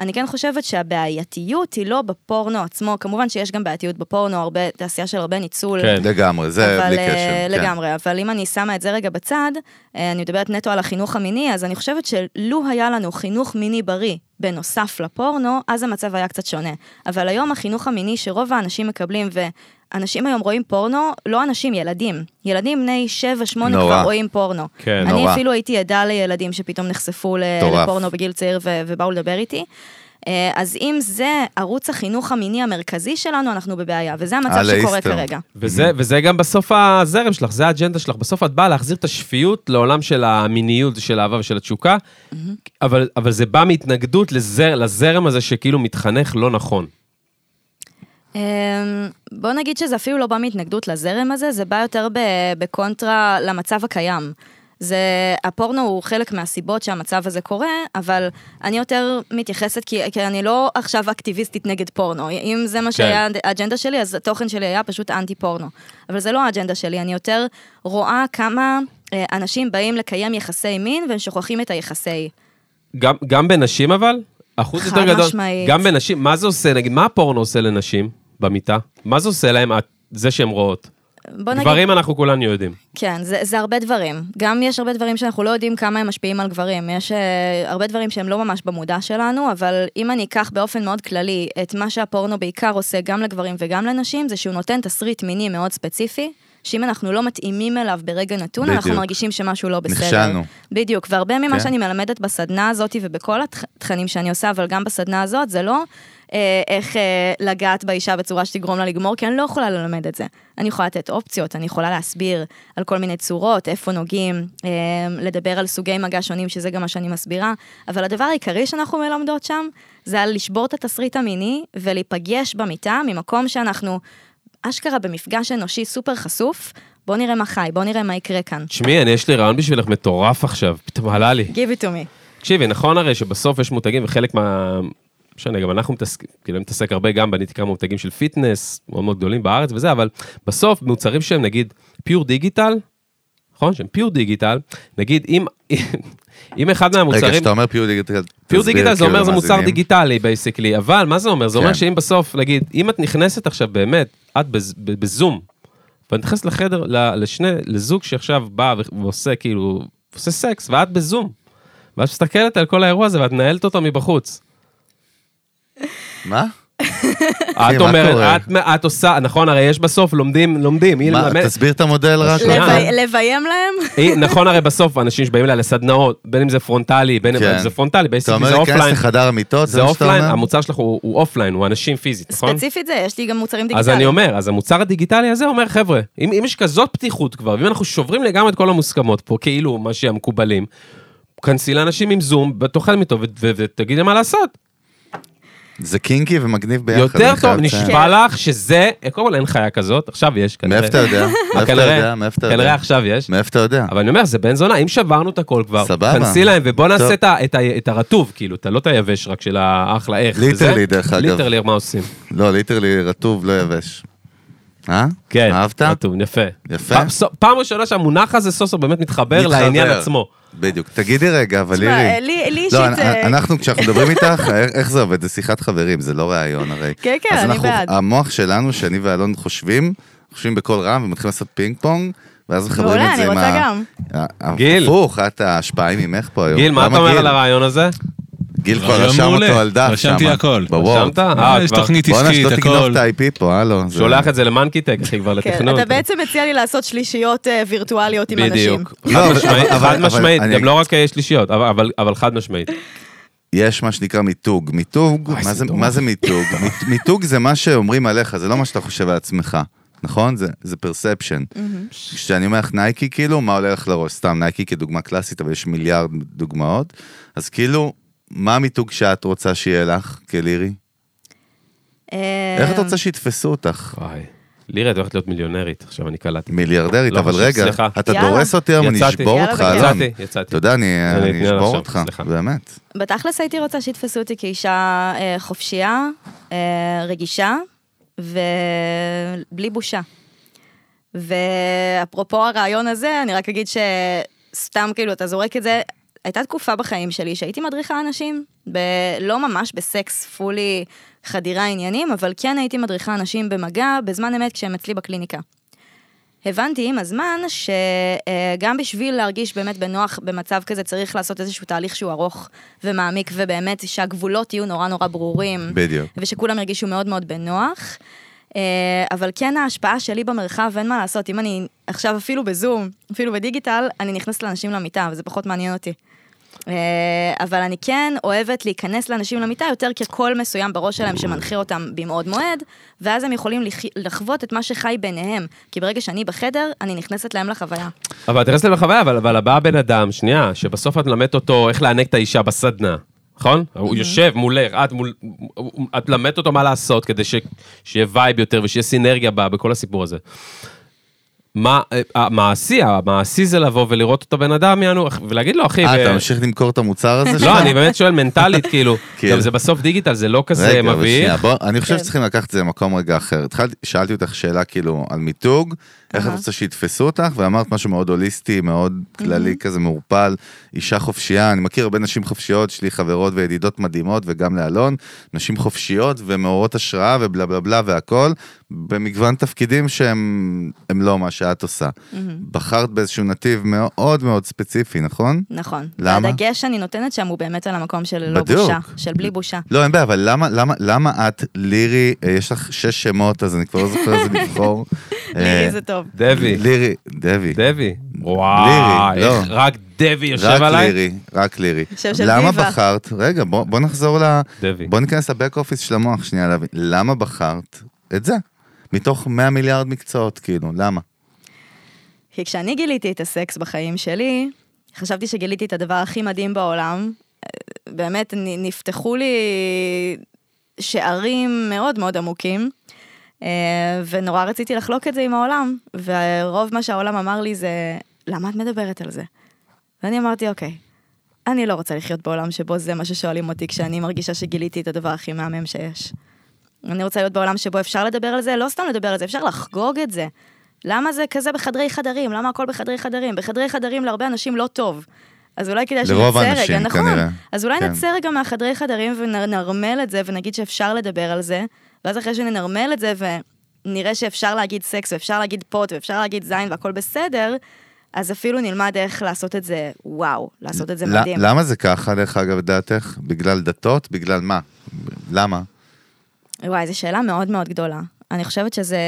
Speaker 4: אני כן חושבת שהבעייתיות היא לא בפורנו עצמו, כמובן שיש גם בעייתיות בפורנו, הרבה, תעשייה של הרבה ניצול.
Speaker 1: כן.
Speaker 2: לגמרי, זה
Speaker 4: אבל,
Speaker 2: בלי
Speaker 4: אה,
Speaker 2: קשר. כן.
Speaker 4: לגמרי, אבל אם אני שמה את זה רגע בצד, אה, אני מדברת נטו על החינוך המיני, אז אני חושבת שלו היה לנו חינוך מיני בריא בנוסף לפורנו, אז המצב היה קצת שונה. אבל היום החינוך המיני שרוב האנשים מקבלים, ואנשים היום רואים פורנו, לא אנשים, ילדים. ילדים בני 7-8
Speaker 2: נורא.
Speaker 4: כבר רואים פורנו.
Speaker 1: כן.
Speaker 4: אני
Speaker 2: נורא.
Speaker 4: אפילו הייתי עדה לילדים שפתאום נחשפו ל-
Speaker 2: מטורף.
Speaker 4: לפורנו בגיל צעיר ו- ובאו לדבר איתי. אה, אז אם זה ערוץ החינוך המיני המרכזי שלנו, אנחנו בבעיה, וזה המצב
Speaker 2: אללה
Speaker 4: שקורה
Speaker 2: יסתור.
Speaker 4: כרגע.
Speaker 1: וזה, וזה גם בסוף הזרם שלך, זה האג'נדה שלך. בסוף את באה להחזיר את השפיות לעולם של המיניות, של האהבה ושל התשוקה,
Speaker 4: Mm-hmm.
Speaker 1: אבל, אבל זה בא מהתנגדות לזר, לזרם הזה שכאילו מתחנך לא נכון.
Speaker 4: אמ, בוא נגיד שזה אפילו לא בא מהתנגדות לזרם הזה, זה בא יותר ב- בקונטרה למצב הקיים. זה, הפורנו הוא חלק מהסיבות שהמצב הזה קורה, אבל אני יותר מתייחסת, כי, כי אני לא עכשיו אקטיביסטית נגד פורנו. אם זה מה
Speaker 1: כן.
Speaker 4: שהיה האג'נדה שלי, אז התוכן שלי היה פשוט אנטי פורנו. אבל זה לא האג'נדה שלי, אני יותר רואה כמה אה, אנשים באים לקיים יחסי מין והם שוכחים את היחסי.
Speaker 1: גם, גם בנשים אבל? אחוז
Speaker 4: חד
Speaker 1: יותר גדול.
Speaker 4: משמעית.
Speaker 1: גם בנשים, מה זה עושה, נגיד, מה הפורנו עושה לנשים במיטה? מה זה עושה להם, את- זה שהן רואות?
Speaker 4: בוא נגיד...
Speaker 1: גברים אנחנו כולנו יודעים.
Speaker 4: כן, זה, זה הרבה דברים. גם יש הרבה דברים שאנחנו לא יודעים כמה הם משפיעים על גברים. יש אה, הרבה דברים שהם לא ממש במודע שלנו, אבל אם אני אקח באופן מאוד כללי את מה שהפורנו בעיקר עושה גם לגברים וגם לנשים, זה שהוא נותן תסריט מיני מאוד ספציפי. שאם אנחנו לא מתאימים אליו ברגע נתון, אנחנו
Speaker 2: בדיוק.
Speaker 4: מרגישים שמשהו לא בסדר.
Speaker 2: נכשלנו.
Speaker 4: בדיוק, והרבה ממה
Speaker 2: כן.
Speaker 4: שאני מלמדת בסדנה הזאת ובכל התכנים שאני עושה, אבל גם בסדנה הזאת, זה לא אה, איך אה, לגעת באישה בצורה שתגרום לה לגמור, כי אני לא יכולה ללמד את זה. אני יכולה לתת אופציות, אני יכולה להסביר על כל מיני צורות, איפה נוגעים, אה, לדבר על סוגי מגע שונים, שזה גם מה שאני מסבירה, אבל הדבר העיקרי שאנחנו מלמדות שם, זה על לשבור את התסריט המיני ולהיפגש במיטה ממקום שאנחנו אשכרה במפגש אנושי סופר חשוף. בוא נראה מה חי, בוא נראה מה יקרה כאן.
Speaker 1: תשמעי, אני- יש לי רעיון בשבילך מטורף עכשיו, פתאום עלה לי.
Speaker 4: Give it to me.
Speaker 1: תקשיבי, נכון הרי שבסוף יש מותגים וחלק מה... לא משנה, גם אנחנו מתעסקים, כאילו אני מתעסק הרבה גם, בניתי כמה מותגים של פיטנס, מאוד מאוד גדולים בארץ וזה, אבל בסוף מוצרים שהם נגיד פיור דיגיטל, נכון? שהם פיור דיגיטל, נגיד אם, אם אחד מהמוצרים...
Speaker 2: רגע, כשאתה אומר פיור דיגיטל,
Speaker 1: פיור
Speaker 2: תסביר
Speaker 1: דיגיטל זה
Speaker 2: כאילו
Speaker 1: אומר זה מוצר
Speaker 2: למאזינים.
Speaker 1: דיגיטלי בייסיקלי, אבל מה זה אומר? זה אומר
Speaker 2: כן.
Speaker 1: שאם בסוף, נגיד, אם את נכנסת עכשיו באמת, את בז- ב- בזום, ואת נכנסת לחדר, ל- לשני, לזוג שעכשיו בא ו- ועושה כאילו, עושה סקס, ואת בזום, ואת מסתכלת על כל האירוע הזה ואת מנהלת אותו מבחוץ.
Speaker 2: מה?
Speaker 1: את
Speaker 2: מה
Speaker 1: אומרת,
Speaker 2: קורה?
Speaker 1: את- את עושה, נכון, הרי יש בסוף, לומדים, לומדים, היא
Speaker 2: מה?
Speaker 1: מלמדת-
Speaker 2: תסביר את המודל רק.
Speaker 1: שנייה.
Speaker 2: אבל.
Speaker 4: לב- לביים להם?
Speaker 1: היא- נכון, הרי בסוף אנשים שבאים אליה לסדנאות, בין אם זה פרונטלי, בין אם
Speaker 2: כן.
Speaker 1: זה פרונטלי,
Speaker 2: אתה
Speaker 1: בייסיקלי
Speaker 2: אומר
Speaker 1: זה
Speaker 2: להיכנס
Speaker 1: אופליין,
Speaker 2: לחדר המיטות,
Speaker 1: זה
Speaker 2: מה שאתה
Speaker 1: אופליין,
Speaker 2: אומר?
Speaker 1: המוצר שלך הוא הוא אופליין, הוא אנשים פיזית, נכון?
Speaker 4: ספציפית זה, יש לי גם מוצרים
Speaker 1: אז
Speaker 4: דיגיטליים.
Speaker 1: אני אומר, אז המוצר הדיגיטלי הזה אומר, חבר'ה, אם, אם יש כזאת פתיחות כבר, ואם אנחנו שוברים לגמרי את כל המוסכמות פה, כאילו, מה שהמקובלים, כנסי לאנשים עם זום, בתוכן איתו, ו- ו- ותגידי להם מה לעשות.
Speaker 2: זה קינקי ומגניב ביחד.
Speaker 1: יותר
Speaker 2: אני
Speaker 1: טוב,
Speaker 2: חייב לציין.
Speaker 1: נשבע לך שזה, אה, קודם כל אין חיה כזאת, עכשיו יש, כנראה.
Speaker 2: מאיפה אתה יודע? מאיפה אתה
Speaker 1: כנראה-
Speaker 2: יודע? מאיפה אתה
Speaker 1: כנראה
Speaker 2: יודע?
Speaker 1: עכשיו יש.
Speaker 2: מאיפה אתה יודע?
Speaker 1: אבל אני אומר, זה בן זונה, אם שברנו את הכל כבר,
Speaker 2: סבבה.
Speaker 1: כנסי להם ובוא
Speaker 2: טוב.
Speaker 1: נעשה את ה- את ה- את הרטוב, כאילו, את ה- לא את היבש רק של האחלה איך. וזה.
Speaker 2: ליטרלי, דרך אגב.
Speaker 1: ליטרלי, מה עושים?
Speaker 2: לא, ליטרלי רטוב, לא יבש. אה?
Speaker 1: כן.
Speaker 2: אהבת?
Speaker 1: רטוב, יפה.
Speaker 2: יפה.
Speaker 1: פעם- סו- פעם ראשונה שהמונח הזה סוף סוף באמת מתחבר
Speaker 2: מתחבר.
Speaker 1: לעניין עצמו.
Speaker 2: בדיוק. תגידי רגע, אבל
Speaker 4: תשמע,
Speaker 2: לירי.
Speaker 4: לי- לי
Speaker 2: לא,
Speaker 4: אישית,
Speaker 2: אנ-
Speaker 4: אה,
Speaker 2: אנחנו, כשאנחנו מדברים איתך, איך- איך זה עובד? זה שיחת חברים, זה לא ראיון הרי.
Speaker 4: כן, כן,
Speaker 2: אז
Speaker 4: אני
Speaker 2: אנחנו-
Speaker 4: בעד.
Speaker 2: המוח שלנו, שאני ואלון חושבים, חושבים בקול רם ומתחילים לעשות פינג פונג, ואז מחברים
Speaker 4: מעולה,
Speaker 2: את זה
Speaker 4: אני
Speaker 2: עם
Speaker 4: רוצה
Speaker 2: ה...
Speaker 4: גם.
Speaker 2: ה-
Speaker 1: גיל.
Speaker 2: הפוך, את ההשפעה עם אמך פה היום.
Speaker 1: גיל, מה
Speaker 2: למה
Speaker 1: אתה אומר
Speaker 2: גיל?
Speaker 1: על הרעיון הזה?
Speaker 2: גיל כבר
Speaker 3: רעיון
Speaker 2: רשם
Speaker 3: מעולה.
Speaker 2: אותו על דף שם.
Speaker 3: רשמתי הכל.
Speaker 2: בוואו.
Speaker 1: רשמת? אה,
Speaker 3: יש
Speaker 1: כבר.
Speaker 3: תוכנית
Speaker 2: בואנה,
Speaker 3: עסקית,
Speaker 2: שלא תגנוב
Speaker 3: הכל.
Speaker 2: את ה-IP פה, הלו. זה-
Speaker 1: שולח את זה למנקיטק, אחי, כבר
Speaker 4: כן,
Speaker 1: לתכנות.
Speaker 4: אתה בעצם מציע לי לעשות שלישיות אה, וירטואליות עם אנשים.
Speaker 1: בדיוק.
Speaker 2: לא,
Speaker 1: חד
Speaker 2: אבל-
Speaker 1: משמעית,
Speaker 2: אבל-
Speaker 1: חד
Speaker 2: אבל-
Speaker 1: משמעית,
Speaker 2: אני-
Speaker 1: גם לא רק אה, שלישיות, אבל- אבל- אבל חד משמעית.
Speaker 2: יש מה שנקרא מיתוג. מיתוג,
Speaker 1: אוי,
Speaker 2: מה
Speaker 1: זה
Speaker 2: זה-
Speaker 1: מטורף.
Speaker 2: מה זה מיתוג? מית- מיתוג זה מה שאומרים עליך, זה לא מה שאתה חושב על עצמך, נכון? זה- זה פרספשן. כשאני אומר לך נייקי, כאילו, מה עולה לך לראש? סתם, נייקי כדוגמה קלאסית, אבל יש מיליארד דוגמאות. אז כאילו, מה המיתוג שאת רוצה שיהיה לך, כלירי?
Speaker 4: אה,
Speaker 2: איך את רוצה שיתפסו אותך?
Speaker 1: וואי. לירי, את הולכת להיות מיליונרית, עכשיו אני קלטתי.
Speaker 2: מיליארדית,
Speaker 1: לא
Speaker 2: אבל
Speaker 1: חושב,
Speaker 2: רגע,
Speaker 1: סליחה.
Speaker 2: אתה
Speaker 4: יאללה.
Speaker 2: דורס אותי היום, אני
Speaker 1: יצאתי.
Speaker 2: אשבור
Speaker 4: יאללה,
Speaker 2: אותך,
Speaker 4: בכיף.
Speaker 2: אלון.
Speaker 1: יצאתי, יצאתי.
Speaker 2: אתה יודע, אני
Speaker 1: אני
Speaker 2: אני
Speaker 1: אתנהל
Speaker 2: אשבור
Speaker 1: עכשיו,
Speaker 2: אותך,
Speaker 1: סליחה.
Speaker 2: באמת.
Speaker 4: בתכלס הייתי רוצה שיתפסו אותי כאישה אה, חופשייה, אה, רגישה, ובלי בושה. ואפרופו הרעיון הזה, אני רק אגיד שסתם כאילו אתה זורק את זה, הייתה תקופה בחיים שלי שהייתי מדריכה אנשים, ב... לא ממש בסקס פולי חדירה עניינים, אבל כן הייתי מדריכה אנשים במגע בזמן אמת כשהם אצלי בקליניקה. הבנתי עם הזמן שגם בשביל להרגיש באמת בנוח במצב כזה צריך לעשות איזשהו תהליך שהוא ארוך ומעמיק ובאמת שהגבולות יהיו נורא נורא ברורים.
Speaker 2: בדיוק.
Speaker 4: ושכולם ירגישו מאוד מאוד בנוח. אה, אבל כן ההשפעה שלי במרחב, אין מה לעשות, אם אני עכשיו אפילו בזום, אפילו בדיגיטל, אני נכנסת לאנשים למיטה, וזה פחות מעניין אותי. אה, אבל אני כן אוהבת להיכנס לאנשים למיטה יותר כקול מסוים בראש שלהם שמנחה אותם במאוד מועד, ואז הם יכולים לח- לחוות את מה שחי ביניהם. כי ברגע שאני בחדר, אני נכנסת להם לחוויה.
Speaker 1: אבל את נכנסת לחוויה, אבל, אבל הבא הבן אדם, שנייה, שבסוף את מלמדת אותו איך לענג את האישה בסדנה, נכון? הוא יושב מולך, את, מול, את מלמדת אותו מה לעשות כדי ש, שיהיה וייב יותר ושיהיה סינרגיה בה, בכל הסיפור הזה. מה, אה, המעשי, המעשי זה לבוא ולראות את הבן אדם, יענו, ולהגיד לו, אחי,
Speaker 2: אה, אתה
Speaker 1: ו-
Speaker 2: ממשיך למכור את המוצר הזה שלך?
Speaker 1: לא, אני באמת שואל מנטלית, כאילו,
Speaker 2: כן.
Speaker 1: גם זה בסוף דיגיטל, זה לא כזה
Speaker 2: רגע, אבל שנייה,
Speaker 1: מביך.
Speaker 2: בוא, אני חושב
Speaker 4: כן.
Speaker 2: שצריכים לקחת את זה למקום רגע אחר. התחלתי, שאלתי אותך שאלה כאילו על מיתוג, איך את רוצה שיתפסו אותך, ואמרת משהו מאוד הוליסטי, מאוד כללי כזה, מעורפל, אישה חופשייה, אני מכיר הרבה נשים חופשיות, יש לי חברות וידידות מדהימות, וגם לאלון, נשים חופשיות ומעוררות השראה ובלה בלה בלה והכל, במגוון תפקידים שהם הם לא מה שאת עושה. בחרת באיזשהו נתיב מאוד מאוד ספציפי, נכון?
Speaker 4: נכון.
Speaker 2: למה?
Speaker 4: הדגש שאני נותנת שם הוא באמת על המקום של לא
Speaker 2: בדיוק.
Speaker 4: בושה, של בלי בושה.
Speaker 2: לא, אין בעיה, אבל למה, למה, למה את לירי, אה, יש לך שש שמות, אז אני כבר לא זוכר איזה לבחור.
Speaker 4: לירי
Speaker 2: אה,
Speaker 4: זה טוב.
Speaker 1: דבי,
Speaker 2: לירי, דבי.
Speaker 1: דבי. וואי,
Speaker 2: לירי, לא.
Speaker 1: איך רק דבי יושב
Speaker 2: רק
Speaker 1: עליי.
Speaker 2: לירי, רק לירי.
Speaker 4: שם של
Speaker 2: למה
Speaker 4: ויבה.
Speaker 2: בחרת, רגע, בוא בוא נחזור ל...
Speaker 1: דבי.
Speaker 2: בוא ניכנס לבק אופיס של המוח שנייה להבין. למה בחרת את זה? מתוך 100 מיליארד מקצועות, כאילו, למה?
Speaker 4: כי כשאני גיליתי את הסקס בחיים שלי, חשבתי שגיליתי את הדבר הכי מדהים בעולם. אה, באמת, נ- נפתחו לי שערים מאוד מאוד עמוקים, אה, ונורא רציתי לחלוק את זה עם העולם, ורוב מה שהעולם אמר לי זה, למה את מדברת על זה? ואני אמרתי, אוקיי, אני לא רוצה לחיות בעולם שבו זה מה ששואלים אותי כשאני מרגישה שגיליתי את הדבר הכי מהמם שיש. אני רוצה להיות בעולם שבו אפשר לדבר על זה, לא סתם לדבר על זה, אפשר לחגוג את זה. למה זה כזה בחדרי חדרים? למה הכל בחדרי חדרים? בחדרי חדרים להרבה אנשים לא טוב. אז אולי כדאי שנצא רגע,
Speaker 2: לרוב
Speaker 4: נכון.
Speaker 2: האנשים, כנראה.
Speaker 4: אז אולי
Speaker 2: כן.
Speaker 4: נצא רגע מהחדרי חדרים ונרמל את זה ונגיד שאפשר לדבר על זה, ואז אחרי שננרמל את זה ונראה שאפשר להגיד סקס ואפשר להגיד פוט ואפשר להגיד זין והכל בסדר, אז אפילו נלמד איך לעשות את זה וואו, לעשות את זה
Speaker 2: ל-
Speaker 4: מדהים.
Speaker 2: למה זה ככה, דרך אגב, לדעתך? בגלל דתות? בגלל מה? למה?
Speaker 4: וואי, זו שאלה מאוד מאוד גדולה. אני חושבת שזה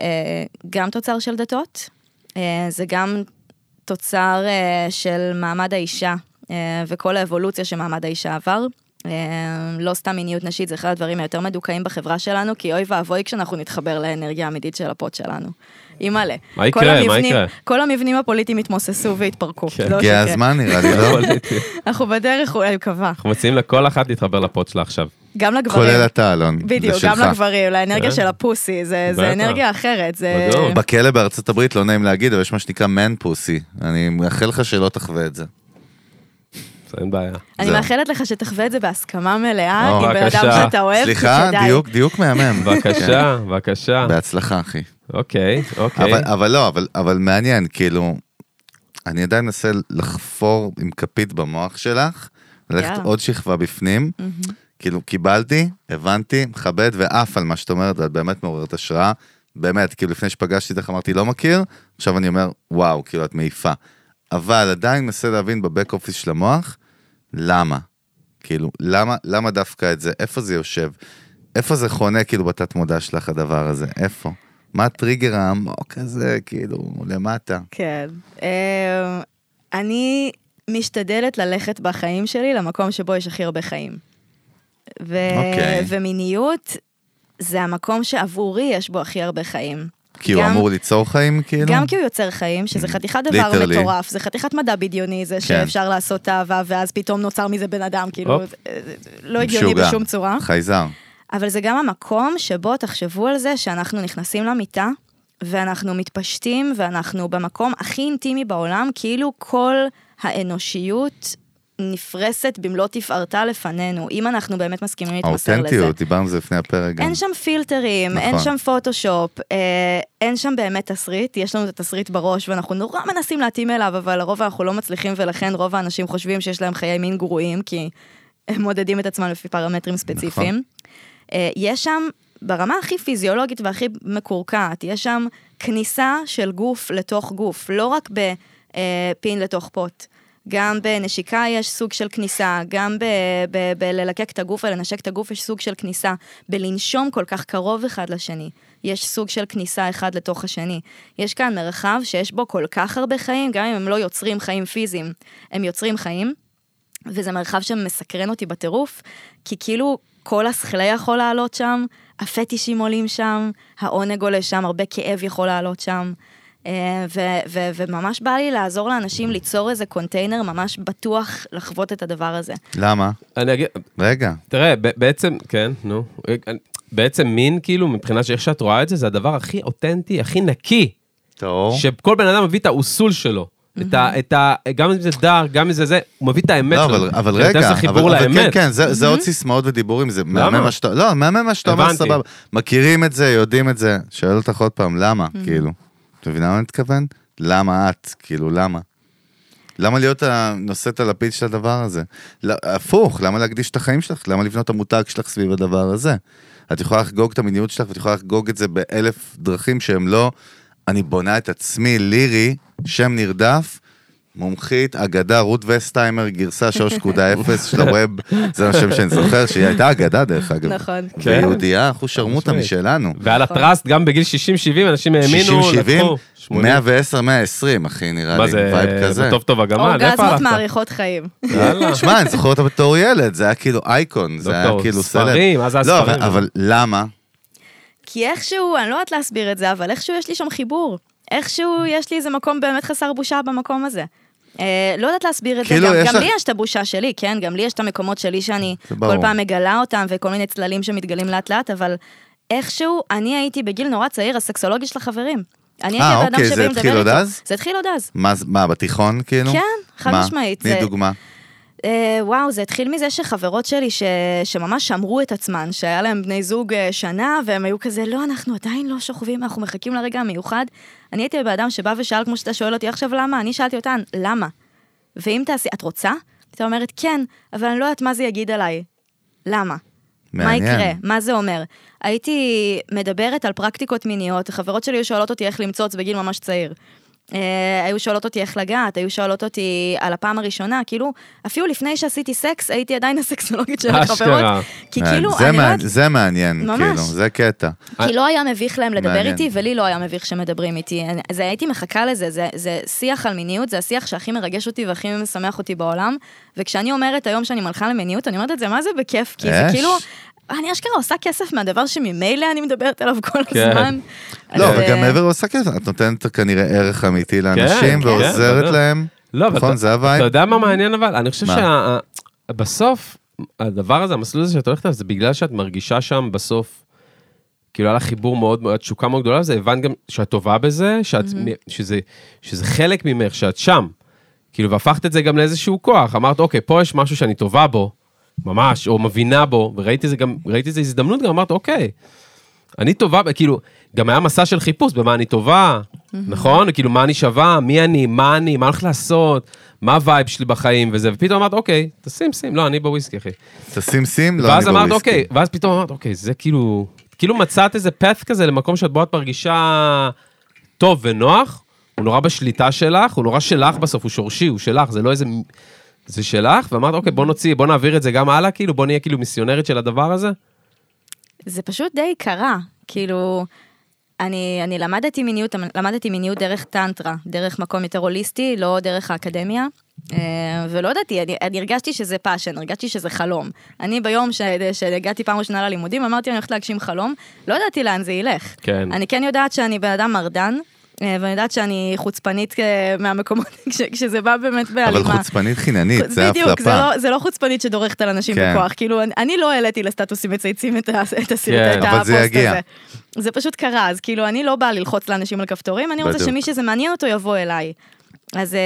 Speaker 4: אה, גם תוצר של דתות, אה, זה גם תוצר אה, של מעמד האישה אה, וכל האבולוציה שמעמד האישה עבר. אה, לא סתם מיניות נשית, זה אחד הדברים היותר מדוכאים בחברה שלנו, כי אוי ואבוי כשאנחנו נתחבר לאנרגיה האמיתית של הפוט שלנו. אימא'לה.
Speaker 1: מה
Speaker 4: כל
Speaker 1: יקרה? מה
Speaker 4: המבנים-
Speaker 1: יקרה?
Speaker 4: כל המבנים הפוליטיים התמוססו והתפרקו.
Speaker 1: כן.
Speaker 4: לא
Speaker 2: הגיע
Speaker 4: שכן.
Speaker 2: הזמן נראה לי, לא?
Speaker 4: אנחנו בדרך, אולי אני מקווה.
Speaker 1: אנחנו מציעים לכל אחת להתחבר לפוד שלה עכשיו.
Speaker 4: גם לגברים.
Speaker 2: כולל אתה, אלון.
Speaker 4: בדיוק,
Speaker 2: זה
Speaker 4: גם
Speaker 2: שלך.
Speaker 4: לגברים, לאנרגיה
Speaker 1: כן.
Speaker 4: של הפוסי, זה,
Speaker 1: בטח.
Speaker 4: זה אנרגיה אחרת, זה...
Speaker 1: בדיוק.
Speaker 2: בכלא בארצות הברית, לא נעים להגיד, אבל יש מה שנקרא מן פוסי. אני מאחל לך שלא תחווה את זה.
Speaker 1: אז אין בעיה.
Speaker 4: אני
Speaker 2: זהו.
Speaker 4: מאחלת לך שתחווה את זה בהסכמה מלאה,
Speaker 2: או,
Speaker 4: עם בן אדם
Speaker 1: בבקשה.
Speaker 4: שאתה אוהב, כי
Speaker 2: סליחה,
Speaker 4: כדאי.
Speaker 2: דיוק, דיוק מהמם.
Speaker 1: בבקשה, בבקשה.
Speaker 2: כן. בהצלחה, אחי.
Speaker 1: אוקיי, אוקיי.
Speaker 2: אבל, אבל לא, אבל, אבל מעניין, כאילו, אני עדיין מנסה לחפור עם כפית במוח שלך, ללכת
Speaker 4: יאללה.
Speaker 2: עוד שכבה בפנים, כאילו, קיבלתי, הבנתי, מכבד ועף על מה שאת אומרת, ואת באמת מעוררת השראה, באמת, כאילו, לפני שפגשתי אותך אמרתי, לא מכיר, עכשיו אני אומר, וואו, כאילו, את מעיפה. אבל עדיין מנסה להבין בבק אופיס של המוח, למה? כאילו, למה, למה דווקא את זה? איפה זה יושב? איפה זה חונה, כאילו, בתת מודע שלך הדבר הזה? איפה? מה הטריגר העמוק הזה, כאילו, למטה?
Speaker 4: כן. אה, אני משתדלת ללכת בחיים שלי למקום שבו יש הכי הרבה חיים. ו-
Speaker 2: אוקיי.
Speaker 4: ומיניות זה המקום שעבורי יש בו הכי הרבה חיים.
Speaker 2: כי הוא
Speaker 4: גם-
Speaker 2: אמור ליצור חיים, כאילו?
Speaker 4: גם כי הוא יוצר חיים,
Speaker 2: Mm,
Speaker 4: שזה חתיכת דבר
Speaker 2: ליטרלי.
Speaker 4: מטורף, זה חתיכת מדע בדיוני,
Speaker 2: כן.
Speaker 4: זה שאפשר לעשות אהבה, ואז פתאום נוצר מזה בן אדם, כאילו,
Speaker 1: הופ.
Speaker 4: אה, לא הגיוני
Speaker 2: משוגע.
Speaker 4: בשום צורה.
Speaker 2: חייזר.
Speaker 4: אבל זה גם המקום שבו תחשבו על זה שאנחנו נכנסים למיטה, ואנחנו מתפשטים, ואנחנו במקום הכי אינטימי בעולם, כאילו כל האנושיות נפרסת במלוא תפארתה לפנינו, אם אנחנו באמת מסכימים להתמסר לזה.
Speaker 2: האותנטיות, דיברנו על זה לפני הפרק גם.
Speaker 4: אין שם פילטרים,
Speaker 2: נכון.
Speaker 4: אין שם פוטושופ, אה, אין שם באמת תסריט, יש לנו את התסריט בראש ואנחנו נורא מנסים להתאים אליו, אבל לרוב אנחנו לא מצליחים ולכן רוב האנשים חושבים שיש להם חיי מין גרועים, כי הם מודדים את עצמם לפי פרמטרים ספציפיים. אה, יש שם, ברמה הכי פיזיולוגית והכי מקורקעת, יש שם כניסה של גוף לתוך גוף, לא רק בפין לתוך פוט. גם בנשיקה יש סוג של כניסה, גם ב- ב- בללקק את הגוף ולנשק את הגוף יש סוג של כניסה, בלנשום כל כך קרוב אחד לשני, יש סוג של כניסה אחד לתוך השני. יש כאן מרחב שיש בו כל כך הרבה חיים, גם אם הם לא יוצרים חיים פיזיים, הם יוצרים חיים, וזה מרחב שמסקרן אותי בטירוף, כי כאילו כל הסכלה יכול לעלות שם, הפטישים עולים שם, העונג עולה שם, הרבה כאב יכול לעלות שם. אה, ו- ו- וממש בא לי לעזור לאנשים ליצור איזה קונטיינר ממש בטוח לחוות את הדבר הזה.
Speaker 2: למה?
Speaker 1: אני אגיד,
Speaker 2: רגע.
Speaker 1: תראה, ב- בעצם, כן, נו. בעצם מין, כאילו, מבחינה שאיך שאת רואה את זה, זה הדבר הכי אותנטי, הכי נקי,
Speaker 2: טהור.
Speaker 1: שכל בן אדם מביא את האוסול שלו. את ה, את ה, גם אם זה דר, גם אם זה זה, הוא מביא את האמת
Speaker 2: לא,
Speaker 1: שלו.
Speaker 2: אבל, אבל
Speaker 1: זה
Speaker 2: רגע,
Speaker 1: נותן
Speaker 2: אבל,
Speaker 1: לך חיבור
Speaker 2: אבל כן,
Speaker 1: לאמת.
Speaker 2: כן, זה, זה
Speaker 4: Mm-hmm.
Speaker 2: עוד סיסמאות ודיבורים, זה מהמם מה שאתה, לא, מהמם מה שאתה אומר,
Speaker 1: הבנתי.
Speaker 2: סבבה, מכירים את זה, יודעים את זה, שואל אותך עוד פעם, למה,
Speaker 4: Mm-hmm.
Speaker 2: כאילו, את מבינה מה אני מתכוון? למה את, כאילו, למה? למה להיות ה- נושאת הלפיד של הדבר הזה? לא, הפוך, למה להקדיש את החיים שלך? למה לבנות את המותג שלך סביב הדבר הזה? את יכולה לחגוג את המיניות שלך, ואת יכולה לחגוג את זה באלף דרכים שהם לא... אני בונה את עצמי, לירי, שם נרדף, מומחית, אגדה, רות וסטהיימר, גרסה 3.0 של הווב, זה השם שאני זוכר, שהיא הייתה אגדה דרך אגב.
Speaker 4: נכון.
Speaker 1: כן.
Speaker 2: ויהודייה, אחוז שרמוטה
Speaker 1: משמעית.
Speaker 2: משלנו.
Speaker 1: ועל הטראסט, גם בגיל 60-70, אנשים האמינו,
Speaker 2: 60, 70,
Speaker 1: לקחו. 80.
Speaker 2: 110, 120, אחי, נראה לי,
Speaker 1: מה זה,
Speaker 2: וייב כזה.
Speaker 1: בטוב טוב הגמל, איפה
Speaker 4: אורגזמות
Speaker 1: הלכת?
Speaker 4: מאריכות חיים.
Speaker 1: יאללה.
Speaker 2: שמע, אני זוכר אותה בתור ילד, זה היה כאילו אייקון, זה היה
Speaker 1: דוקטור,
Speaker 2: כאילו סלב.
Speaker 1: ספרים, אז זה
Speaker 2: לא, אבל-
Speaker 1: הספרים.
Speaker 2: אבל למה?
Speaker 4: כי איכשהו, אני לא יודעת להסביר את זה, אבל איכשהו יש לי שם חיבור. איכשהו יש לי איזה מקום באמת חסר בושה במקום הזה. אה, לא יודעת להסביר את זה,
Speaker 2: כאילו,
Speaker 4: גם,
Speaker 2: יש
Speaker 4: גם
Speaker 2: לך-
Speaker 4: לי יש את הבושה שלי, כן? גם לי יש את המקומות שלי שאני
Speaker 2: זה ברור.
Speaker 4: כל פעם מגלה אותם, וכל מיני צללים שמתגלים לאט לאט, אבל איכשהו, אני הייתי בגיל נורא צעיר הסקסולוגית של החברים. אני הייתי
Speaker 2: אה,
Speaker 4: הבן
Speaker 2: אוקיי,
Speaker 4: אדם
Speaker 2: זה
Speaker 4: שבאים
Speaker 2: התחיל
Speaker 4: לדבר
Speaker 2: עוד
Speaker 4: איתו.
Speaker 2: אז?
Speaker 4: זה התחיל עוד אז.
Speaker 2: מה, זה- מה, בתיכון כאילו?
Speaker 4: כן, חד
Speaker 2: מה?
Speaker 4: משמית,
Speaker 2: תני
Speaker 4: זה-
Speaker 2: דוגמה.
Speaker 4: אה, וואו, זה התחיל מזה שחברות שלי ש... שממש שמרו את עצמן, שהיה להם בני זוג אה, שנה, והם היו כזה, לא, אנחנו עדיין לא שוכבים, אנחנו מחכים לרגע המיוחד. אני הייתי בן אדם שבא ושאל, כמו שאתה שואל אותי עכשיו למה, אני שאלתי אותן, למה? ואם תעשי, את רוצה? הייתה אומרת, כן, אבל אני לא יודעת מה זה יגיד עליי. למה?
Speaker 2: מעניין.
Speaker 4: מה יקרה? מה זה אומר? הייתי מדברת על פרקטיקות מיניות, חברות שלי היו שואלות אותי איך למצוץ בגיל ממש צעיר. אה, היו שואלות אותי איך לגעת, היו שואלות אותי על הפעם הראשונה, כאילו, אפילו לפני שעשיתי סקס, הייתי עדיין הסקסולוגית של החברות.
Speaker 1: אשכרה.
Speaker 4: כי
Speaker 2: מעניין.
Speaker 4: כאילו,
Speaker 2: זה
Speaker 4: אני לא
Speaker 2: מעניין-
Speaker 4: יודעת,
Speaker 2: זה מעניין,
Speaker 4: ממש.
Speaker 2: כאילו, זה קטע.
Speaker 4: כי לא היה מביך להם לדבר
Speaker 2: אה, מעניין.
Speaker 4: איתי, ולי לא היה מביך שמדברים איתי. אני- זה הייתי מחכה לזה, זה, זה שיח על מיניות, זה השיח שהכי מרגש אותי והכי משמח אותי בעולם. וכשאני אומרת היום שאני מלכה למיניות, אני אומרת את זה, מה זה בכיף? כי זה
Speaker 2: אש.
Speaker 4: כאילו, אני אשכרה עושה כסף מהדבר שממילא אני מדברת עליו כל
Speaker 1: כן.
Speaker 4: הזמן. אז,
Speaker 2: לא,
Speaker 4: אה,
Speaker 2: וגם מעבר לעושה כסף, את נותנת כנראה ערך אמיתי לאנשים
Speaker 1: כן,
Speaker 2: ועוזרת
Speaker 1: בטח.
Speaker 2: להם.
Speaker 1: לא, אבל
Speaker 2: נכון,
Speaker 1: אתה-
Speaker 2: זה הווייב?
Speaker 1: אתה יודע מה מעניין אבל? אני חושב
Speaker 2: מה?
Speaker 1: שבסוף, הדבר הזה, המסלול הזה שאת הולכת עליו, זה בגלל שאת מרגישה שם בסוף, כאילו היה לך חיבור מאוד, מאוד- תשוקה מאוד גדולה, זה הבנת גם שאת טובה בזה, שאת, שזה, שזה חלק ממך, שאת שם. כאילו, והפכת את זה גם לאיזשהו כוח. אמרת, אוקיי, פה יש משהו שאני טובה בו, ממש, או מבינה בו, וראיתי את זה גם, ראיתי איזה הזדמנות, גם אמרת, אוקיי, אני טובה, ב- כאילו, גם היה מסע של חיפוש במה אני טובה, נכון? כאילו, מה אני שווה, מי אני, מה אני, מה הולך לעשות, מה הווייב שלי בחיים וזה, ופתאום אמרת, אוקיי, תשים שים, לא, אני בוויסקי, אחי.
Speaker 2: תשים סים, לא, אני
Speaker 1: ואז אמרת,
Speaker 2: בוויסקי.
Speaker 1: אוקיי, ואז פתאום אמרת, אוקיי, זה כאילו, כאילו מצאת איזה פאט כזה למקום שאת בו את מרגישה טוב ונוח, הוא נורא בשליטה שלך, הוא נורא שלך בסוף, הוא שורשי, הוא שלך, זה לא איזה... מ- זה שלך, ואמרת, אוקיי, בוא נוציא, בוא נעביר את זה גם הלאה, כאילו, בוא נהיה כאילו מיסיונרית של הדבר הזה.
Speaker 4: זה פשוט די קרה, כאילו, אני, אני למדתי מיניות, למדתי מיניות דרך טנטרה, דרך מקום יותר הוליסטי, לא דרך האקדמיה. אה, ולא ידעתי, אני, אני הרגשתי שזה פאשן, הרגשתי שזה חלום. אני ביום ש, שהגעתי פעם ראשונה ללימודים, אמרתי אני הולכת להגשים חלום, לא ידעתי לאן זה ילך.
Speaker 1: כן.
Speaker 4: אני כן יודעת שאני בן אדם מרדן, אה, ואני יודעת שאני חוצפנית אה, מהמקומות, כש, כשזה בא באמת בהלימה.
Speaker 2: אבל חוצפנית חיננית, זה
Speaker 4: בדיוק,
Speaker 2: הפלפה.
Speaker 4: זה לא, זה לא חוצפנית שדורכת על אנשים
Speaker 2: כן.
Speaker 4: בכוח, כאילו אני, אני לא העליתי לסטטוסים מצייצים את, ה- את הסרט,
Speaker 1: כן.
Speaker 4: את
Speaker 2: אבל
Speaker 4: הפוסט
Speaker 2: זה יגיע.
Speaker 4: הזה. זה פשוט קרה, אז כאילו אני לא באה ללחוץ לאנשים על כפתורים, אני רוצה
Speaker 2: בדיוק.
Speaker 4: שמי שזה מעניין אותו יבוא אליי. אז, אה,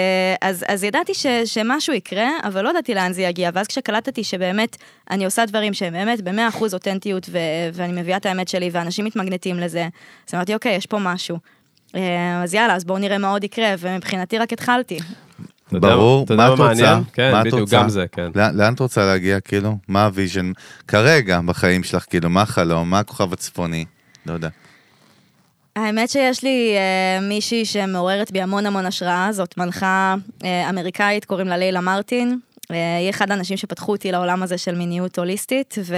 Speaker 4: אז, אז ידעתי ש, שמשהו יקרה, אבל לא ידעתי לאן זה יגיע, ואז כשקלטתי שבאמת אני עושה דברים שהם באמת ב-100% אותנטיות, ו, ואני מביאה את האמת שלי, ואנשים מתמגנטים לזה, אז אמרתי, אוקיי, יש פה משהו. אה, אז יאללה, אז בואו נראה מה עוד יקרה, ומבחינתי רק התחלתי.
Speaker 1: אתה יודע-
Speaker 2: ברור,
Speaker 1: אתה יודע
Speaker 2: מה
Speaker 1: מה
Speaker 2: את רוצה?
Speaker 1: מעניין? כן,
Speaker 2: מה את
Speaker 1: בדיוק,
Speaker 2: רוצה?
Speaker 1: גם זה, כן.
Speaker 2: לאן לאן את רוצה להגיע, כאילו? מה הוויז'ן? כרגע, בחיים שלך, כאילו, מה החלום? מה הכוכב הצפוני? לא יודע.
Speaker 4: האמת שיש לי אה, מישהי שמעוררת בי המון המון השראה, זאת מנחה אה, אמריקאית, קוראים לה לילה מרטין. אה, היא אחד האנשים שפתחו אותי לעולם הזה של מיניות הוליסטית, ו...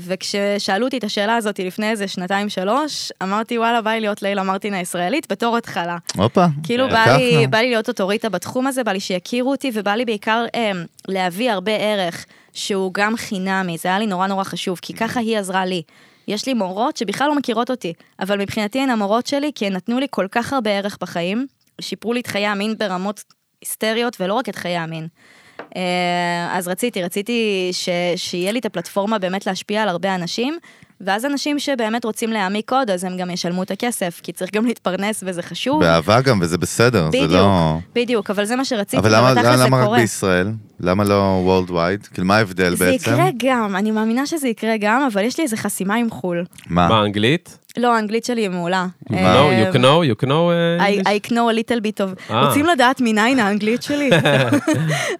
Speaker 4: וכששאלו אותי את השאלה הזאת לפני איזה שנתיים-שלוש, אמרתי וואלה, בא לי להיות לילה מרטין הישראלית בתור התחלה.
Speaker 2: הופה.
Speaker 4: כאילו בא
Speaker 2: לקחנו.
Speaker 4: לי, בא לי להיות אוטוריטה בתחום הזה, בא לי שיכירו אותי, ובא לי בעיקר אה, להביא הרבה ערך שהוא גם חינמי, זה היה לי נורא נורא חשוב, כי ככה היא עזרה לי. יש לי מורות שבכלל לא מכירות אותי, אבל מבחינתי הן המורות שלי, כי הן נתנו לי כל כך הרבה ערך בחיים, שיפרו לי את חיי המין ברמות היסטריות, ולא רק את חיי המין. אה, אז רציתי, רציתי ש, שיהיה לי את הפלטפורמה באמת להשפיע על הרבה אנשים, ואז אנשים שבאמת רוצים להעמיק עוד, אז הם גם ישלמו את הכסף, כי צריך גם להתפרנס וזה חשוב.
Speaker 2: באהבה גם, וזה בסדר, זה
Speaker 4: בדיוק,
Speaker 2: לא...
Speaker 4: בדיוק, אבל זה מה שרציתי,
Speaker 2: אבל למה-
Speaker 4: ובתכל'ס זה
Speaker 2: למה רק
Speaker 4: קורה.
Speaker 2: בישראל? למה לא World Wide? כאילו, מה ההבדל
Speaker 4: זה
Speaker 2: בעצם?
Speaker 4: יקרה גם, אני מאמינה שזה יקרה גם, אבל יש לי איזה חסימה עם חו"ל.
Speaker 1: מה,
Speaker 2: מה?
Speaker 1: אנגלית?
Speaker 4: לא, האנגלית שלי היא מעולה.
Speaker 1: No,
Speaker 4: אה,
Speaker 1: you know, you know,
Speaker 4: I-
Speaker 1: אה, English?
Speaker 4: I know a little bit of...
Speaker 1: אה.
Speaker 4: רוצים לדעת מניין האנגלית שלי?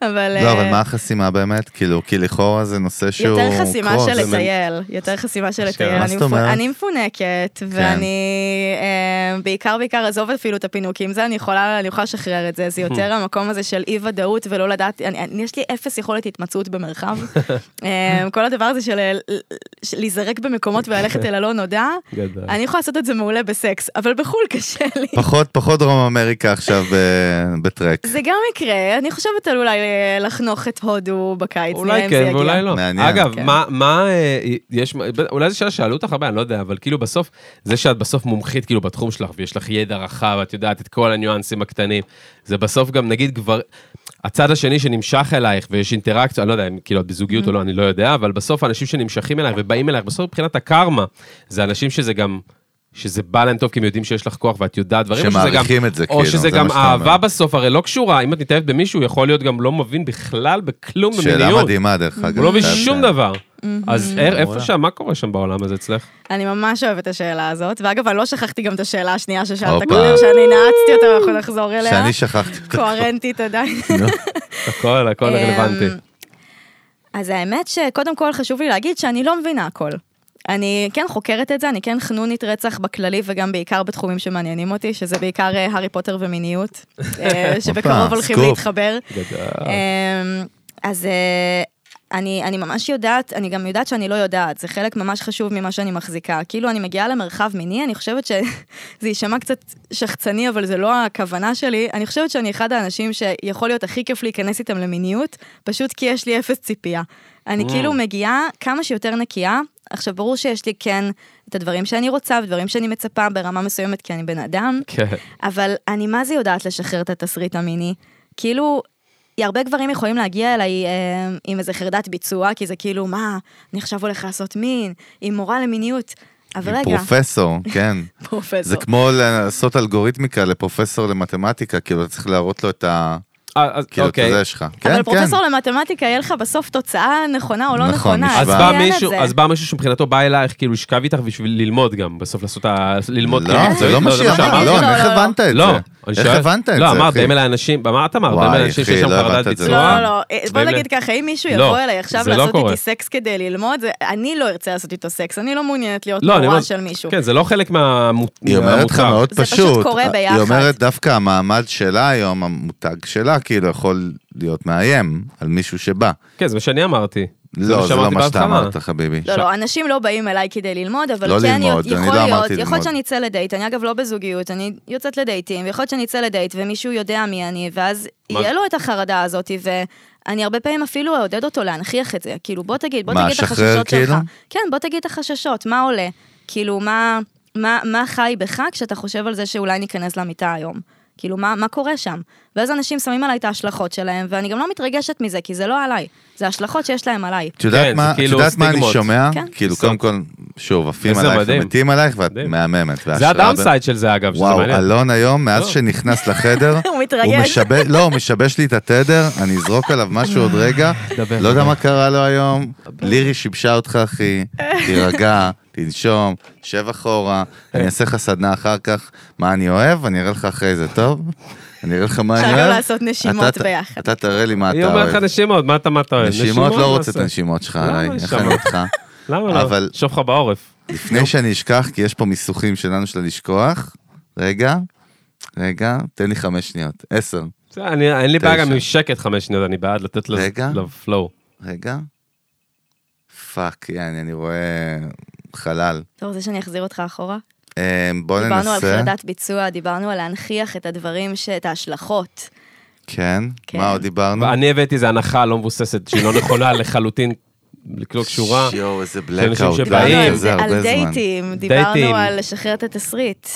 Speaker 4: אבל...
Speaker 2: לא, אבל
Speaker 4: אה,
Speaker 2: מה החסימה באמת? כאילו, כי לכאורה זה נושא שהוא...
Speaker 4: יותר חסימה
Speaker 2: קרוס.
Speaker 4: של לטייל, יותר חסימה של
Speaker 1: אשכרה.
Speaker 4: יותר.
Speaker 2: מה
Speaker 4: אני
Speaker 2: זאת אומרת? כן.
Speaker 4: מפו- אני מפונקת, ואני אה, בעיקר בעיקר, עזוב אפילו את הפינוקים, זה אני יכולה אני יכולה לשחרר את זה, זה יותר המקום הזה של אי ודאות ולא לדעת, אני- אני- יש לי אפס יכולת התמצאות במרחב. אה, כל הדבר הזה של אה, ל- של להיזרק במקומות וללכת אל הלא נודע,
Speaker 1: גדל.
Speaker 4: אני יכולה לעשות את זה מעולה בסקס, אבל בחו"ל קשה לי.
Speaker 2: פחות, פחות דרום אמריקה עכשיו אה, בטרק.
Speaker 4: זה גם יקרה, אני חושבת על אולי אה, לחנוך את הודו בקיץ, נראה
Speaker 1: אולי
Speaker 4: אם זה
Speaker 1: כן
Speaker 4: יגיע.
Speaker 1: ואולי לא.
Speaker 2: מעניין.
Speaker 1: אגב,
Speaker 4: כן.
Speaker 1: מה- מה אה, יש, אולי זו שאלה שאלו אותך הרבה, אני לא יודע, אבל כאילו בסוף, זה שאת בסוף מומחית כאילו בתחום שלך, ויש לך ידע רחב, את יודעת את כל הניואנסים הקטנים, זה בסוף גם נגיד כבר, הצד השני שנמשך אלייך, ויש אינטראקציה, אני לא יודע אם כאילו את בזוגיות
Speaker 4: Mm.
Speaker 1: או לא, אני לא יודע, אבל בסוף האנשים שנמשכים אלייך ובאים אלייך, בסוף מבחינת הקרמה, זה אנשים שזה גם... שזה בא להם טוב כי הם יודעים שיש לך כוח ואת יודעת דברים, או שזה גם-
Speaker 2: שמעריכים את זה,
Speaker 1: או
Speaker 2: כאילו,
Speaker 1: שזה
Speaker 2: זה
Speaker 1: גם
Speaker 2: מה שאתה אומר.
Speaker 1: אהבה בסוף, הרי לא קשורה, אם את מתאהבת במישהו, יכול להיות גם לא מבין בכלל בכלום במיניות.
Speaker 2: שאלה מדהימה דרך אגב. כן.
Speaker 1: הוא לא מבין
Speaker 2: חייב
Speaker 1: שום
Speaker 2: לציין.
Speaker 1: דבר. אז אה, איפה
Speaker 2: וואלה.
Speaker 1: שם, מה קורה שם בעולם הזה אצלך?
Speaker 4: אני ממש אוהבת את השאלה הזאת, ואגב, אני לא שכחתי גם את השאלה השנייה ששאלת
Speaker 2: הופה.
Speaker 4: קודם, שאני נעצתי אותה ואנחנו נחזור אליה.
Speaker 2: שאני שכחתי.
Speaker 4: קוהרנטית עדיין.
Speaker 1: הכל, הכל
Speaker 4: אמ,
Speaker 1: רלוונטי.
Speaker 4: אז האמת שקודם כל חשוב לי להגיד שאני לא מבינה הכל. אני כן חוקרת את זה, אני כן חנונית רצח בכללי וגם בעיקר בתחומים שמעניינים אותי, שזה בעיקר אה, הארי פוטר ומיניות, אה, שבקרוב
Speaker 2: הופה,
Speaker 4: הולכים
Speaker 2: סקופ.
Speaker 4: להתחבר.
Speaker 1: גדל.
Speaker 4: אמ, אז אה, אני, אני ממש יודעת, אני גם יודעת שאני לא יודעת, זה חלק ממש חשוב ממה שאני מחזיקה. כאילו, אני מגיעה למרחב מיני, אני חושבת שזה יישמע קצת שחצני, אבל זה לא הכוונה שלי. אני חושבת שאני אחד האנשים שיכול להיות הכי כיף להיכנס איתם למיניות, פשוט כי יש לי אפס ציפייה. אני כאילו מגיעה כמה שיותר נקייה. עכשיו, ברור שיש לי כן את הדברים שאני רוצה, ודברים שאני מצפה ברמה מסוימת, כי אני בן אדם,
Speaker 1: כן.
Speaker 4: אבל אני מה זה יודעת לשחרר את התסריט המיני. כאילו, הרבה גברים יכולים להגיע אליי אה, עם איזה חרדת ביצוע, כי זה כאילו, מה, אני עכשיו הולך לעשות מין, עם מורה למיניות. אבל רגע,
Speaker 2: פרופסור, כן.
Speaker 4: פרופסור.
Speaker 2: זה כמו לעשות אלגוריתמיקה לפרופסור למתמטיקה, כאילו אתה צריך להראות לו את ה...
Speaker 1: אה, אז
Speaker 2: כאילו, אתה
Speaker 1: אוקיי.
Speaker 2: יודע שלך. כן,
Speaker 4: אבל
Speaker 2: כן.
Speaker 4: פרופסור למתמטיקה, יהיה לך בסוף תוצאה נכונה או לא
Speaker 2: נכון,
Speaker 4: נכונה,
Speaker 2: משוואה.
Speaker 1: אז
Speaker 4: איך
Speaker 1: בא
Speaker 4: תהיה על
Speaker 1: מישהו,
Speaker 4: זה?
Speaker 1: אז בא מישהו שמבחינתו בא אלייך, כאילו ישכב איתך בשביל ללמוד גם, בסוף לעשות ה... ללמוד. כאילו,
Speaker 2: לא, זה
Speaker 1: מקצועית?
Speaker 2: לא מה שהיא אמרה,
Speaker 1: שאמרת.
Speaker 4: לא,
Speaker 2: אלון,
Speaker 4: לא,
Speaker 2: איך
Speaker 4: לא.
Speaker 2: הבנת את
Speaker 1: לא, אני
Speaker 2: זה?
Speaker 1: שואל-
Speaker 2: איך הבנת את זה,
Speaker 1: לא, אמרת,
Speaker 2: אחי?
Speaker 1: באים אליי אנשים, מה את אמרת? באים
Speaker 2: וואי,
Speaker 1: אליי אנשים
Speaker 2: אחי,
Speaker 1: שיש להם
Speaker 2: לא הבנת
Speaker 1: חרדת
Speaker 2: את זה.
Speaker 1: ביצוע.
Speaker 4: לא, לא, אה, בוא
Speaker 1: באים
Speaker 4: נגיד
Speaker 1: ל-
Speaker 4: ככה, אם מישהו
Speaker 1: לא,
Speaker 4: יבוא אליי עכשיו
Speaker 1: זה לא
Speaker 4: לעשות
Speaker 1: קורה.
Speaker 4: איתי סקס כדי ללמוד, זה- אני לא ארצה לעשות איתו סקס, אני לא מעוניינת להיות
Speaker 1: אני
Speaker 4: מורה
Speaker 1: אומר-
Speaker 4: של מישהו.
Speaker 1: כן, זה לא חלק מה...
Speaker 2: היא אומרת לך מאוד
Speaker 4: זה
Speaker 2: פשוט.
Speaker 4: פשוט קורה ביחד.
Speaker 2: היא אומרת דווקא המעמד שלה היום, המותג שלה, כאילו יכול להיות מאיים על מישהו שבא.
Speaker 1: כן, זה מה שאני אמרתי. מה
Speaker 2: לא, זה לא
Speaker 1: שאמרתי
Speaker 2: מה שאתה
Speaker 1: בהתחלה.
Speaker 2: אמרת, חביבי.
Speaker 4: לא, לא, אנשים לא באים אליי כדי ללמוד, אבל
Speaker 2: לא
Speaker 4: כן,
Speaker 2: ללמוד,
Speaker 4: יכול
Speaker 2: אני לא
Speaker 4: להיות,
Speaker 2: אמרתי
Speaker 4: יכול
Speaker 2: ללמוד.
Speaker 4: להיות שאני אצא לדייט, אני אגב לא בזוגיות, אני יוצאת לדייטים, ויכול להיות שאני אצא לדייט ומישהו יודע מי אני, ואז
Speaker 1: מה?
Speaker 4: יהיה לו את החרדה הזאת, ואני הרבה פעמים אפילו אעודד אותו להנכיח את זה, כאילו בוא תגיד, בוא
Speaker 2: מה,
Speaker 4: תגיד את
Speaker 2: שחרר
Speaker 4: החששות שלך.
Speaker 2: כאילו?
Speaker 4: כן, בוא תגיד את החששות, מה עולה? כאילו, מה, מה, מה חי בך כשאתה חושב על זה שאולי ניכנס למיטה היום? כאילו, מה, מה קורה שם? ואז אנשים שמים עליי את ההשלכות שלהם, ואני גם לא מתרגשת מזה, כי זה לא עליי, זה ההשלכות שיש להם עליי.
Speaker 2: את יודעת
Speaker 1: כן,
Speaker 2: מה-
Speaker 1: זה
Speaker 2: את
Speaker 1: כאילו
Speaker 2: יודעת מה אני
Speaker 1: סטיגמות.
Speaker 2: שומע?
Speaker 4: כן.
Speaker 2: כאילו,
Speaker 1: בסדר.
Speaker 2: קודם כל, שוב, עפים
Speaker 1: איזה
Speaker 2: עלייך
Speaker 1: מדהים.
Speaker 2: ומתים עלייך, ואת
Speaker 1: מדהים.
Speaker 2: מהממת.
Speaker 1: זה
Speaker 2: והשראה ב-
Speaker 1: הדאונסייד של זה אגב, שזה
Speaker 2: וואו,
Speaker 1: מעניין.
Speaker 2: אלון היום, מאז
Speaker 1: לא.
Speaker 2: שנכנס לחדר,
Speaker 4: הוא מתרגש.
Speaker 2: משבש, לא, הוא משבש לי את התדר, אני אזרוק עליו משהו עוד רגע.
Speaker 1: דבר.
Speaker 2: לא יודע מה קרה לו היום. לירי שיבשה אותך, אחי. תירגע, תנשום, שב אחורה. אני אעשה לך סדנה אחר כך, מה אני אוהב, אני אראה לך אחרי זה, טוב? אני אראה לך מה אני
Speaker 4: אפשר
Speaker 2: אוהב.
Speaker 4: גם לעשות נשימות
Speaker 2: אתה ת-
Speaker 4: ביחד.
Speaker 2: אתה תראה לי מה
Speaker 1: היא
Speaker 2: אתה
Speaker 1: אומרת לך
Speaker 2: אוהב.
Speaker 1: נשימות, מה אתה מה אתה אוהב?
Speaker 2: נשימות לא רוצה את
Speaker 1: נעשה.
Speaker 2: הנשימות שלך
Speaker 1: למה
Speaker 2: עליי, איך אני
Speaker 1: נשמה?
Speaker 2: איתך?
Speaker 1: למה לא?
Speaker 2: אבל-
Speaker 1: שוב לך בעורף.
Speaker 2: לפני שאני אשכח, כי יש פה מיסוכים שלנו של לשכוח, רגע, רגע, תן לי חמש שניות, עשר.
Speaker 1: בסדר, אני- אין לי בעיה
Speaker 2: תשע.
Speaker 1: גם עם שקט חמש שניות, אני בעד לתת לא, לזה-
Speaker 2: רגע.
Speaker 1: לפלואו.
Speaker 2: רגע. פאק, יעני, אני רואה חלל.
Speaker 4: אתה רוצה שאני אחזיר אותך אחורה?
Speaker 2: אה, בוא
Speaker 4: דיברנו על
Speaker 2: ננסה.
Speaker 4: חרדת ביצוע, דיברנו על להנכיח את הדברים, ש- את ההשלכות.
Speaker 2: כן?
Speaker 4: כן.
Speaker 2: מה עוד דיברנו?
Speaker 1: אני הבאתי איזה הנחה לא מבוססת, שהיא לא נכונה לחלוטין, לא קשורה.
Speaker 2: יואו, איזה
Speaker 1: אנשים
Speaker 2: blackout. לא
Speaker 1: שבאים.
Speaker 4: דיברנו
Speaker 2: היה
Speaker 4: על
Speaker 2: כזה
Speaker 4: זה,
Speaker 2: הרבה
Speaker 4: על
Speaker 2: זמן.
Speaker 4: דייטים, דיברנו
Speaker 1: דייטים.
Speaker 4: על לשחרר את התסריט.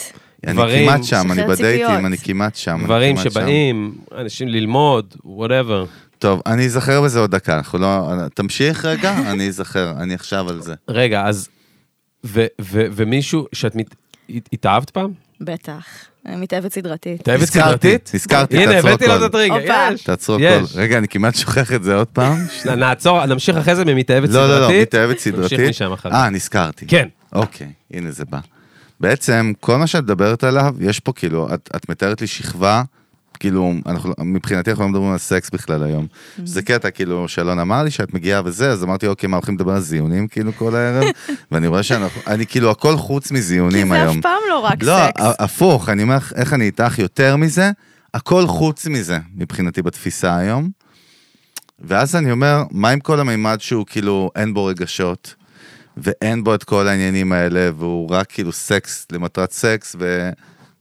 Speaker 2: אני
Speaker 1: דברים,
Speaker 2: כמעט שם, אני
Speaker 4: שחרר ציפיות.
Speaker 2: בדייטים, אני כמעט שם. אני
Speaker 1: דברים
Speaker 2: כמעט שם.
Speaker 1: שבאים, אנשים ללמוד, וואטאבר.
Speaker 2: טוב, אני אזכר בזה עוד דקה, אנחנו לא... תמשיך רגע, אני אזכר, אני עכשיו על זה.
Speaker 1: רגע, אז... ו- ו- ומישהו שאת מת- הת- התאהבת פעם?
Speaker 4: בטח. אני מתאהבת סדרתית.
Speaker 1: התאהבת
Speaker 2: הזכרתי,
Speaker 1: סדרתית?
Speaker 2: הזכרתי,
Speaker 1: הנה,
Speaker 2: תעצור
Speaker 1: הבאתי לו את
Speaker 2: הכל.
Speaker 1: הטריגר,
Speaker 4: הופה.
Speaker 1: יש.
Speaker 2: תעצור
Speaker 1: יש.
Speaker 2: הכל. רגע, אני כמעט שוכח את זה עוד פעם.
Speaker 1: נ- נעצור, נמשיך אחרי זה ממתאהבת
Speaker 2: לא,
Speaker 1: סדרתית.
Speaker 2: לא, לא, מתאהבת
Speaker 1: נמשיך
Speaker 2: סדרתית.
Speaker 1: משם אחר כך.
Speaker 2: אה, נזכרתי.
Speaker 1: כן.
Speaker 2: אוקיי, הנה זה בא. בעצם, כל מה שאת מדברת עליו, יש פה כאילו, את, את מתארת לי שכבה כאילו, אנחנו, מבחינתי אנחנו לא מדברים על סקס בכלל היום.
Speaker 1: Mm-hmm.
Speaker 2: שזה קטע, כאילו, שאלון אמר לי שאת מגיעה וזה, אז אמרתי, אוקיי, מה, הולכים לדבר על זיונים, כאילו, כל הערב? ואני רואה שאנחנו, אני כאילו, הכל חוץ
Speaker 4: כי
Speaker 2: מזיונים
Speaker 4: זה
Speaker 2: היום.
Speaker 4: אף פעם לא רק
Speaker 2: לא,
Speaker 4: סקס.
Speaker 2: ה- הפוך, אני אומר לך, איך אני איתך יותר מזה, הכל חוץ מזה, מבחינתי בתפיסה היום. ואז אני אומר, מה עם כל המימד שהוא כאילו, אין בו רגשות, ואין בו את כל העניינים האלה, והוא רק כאילו סקס למטרת סקס, ו...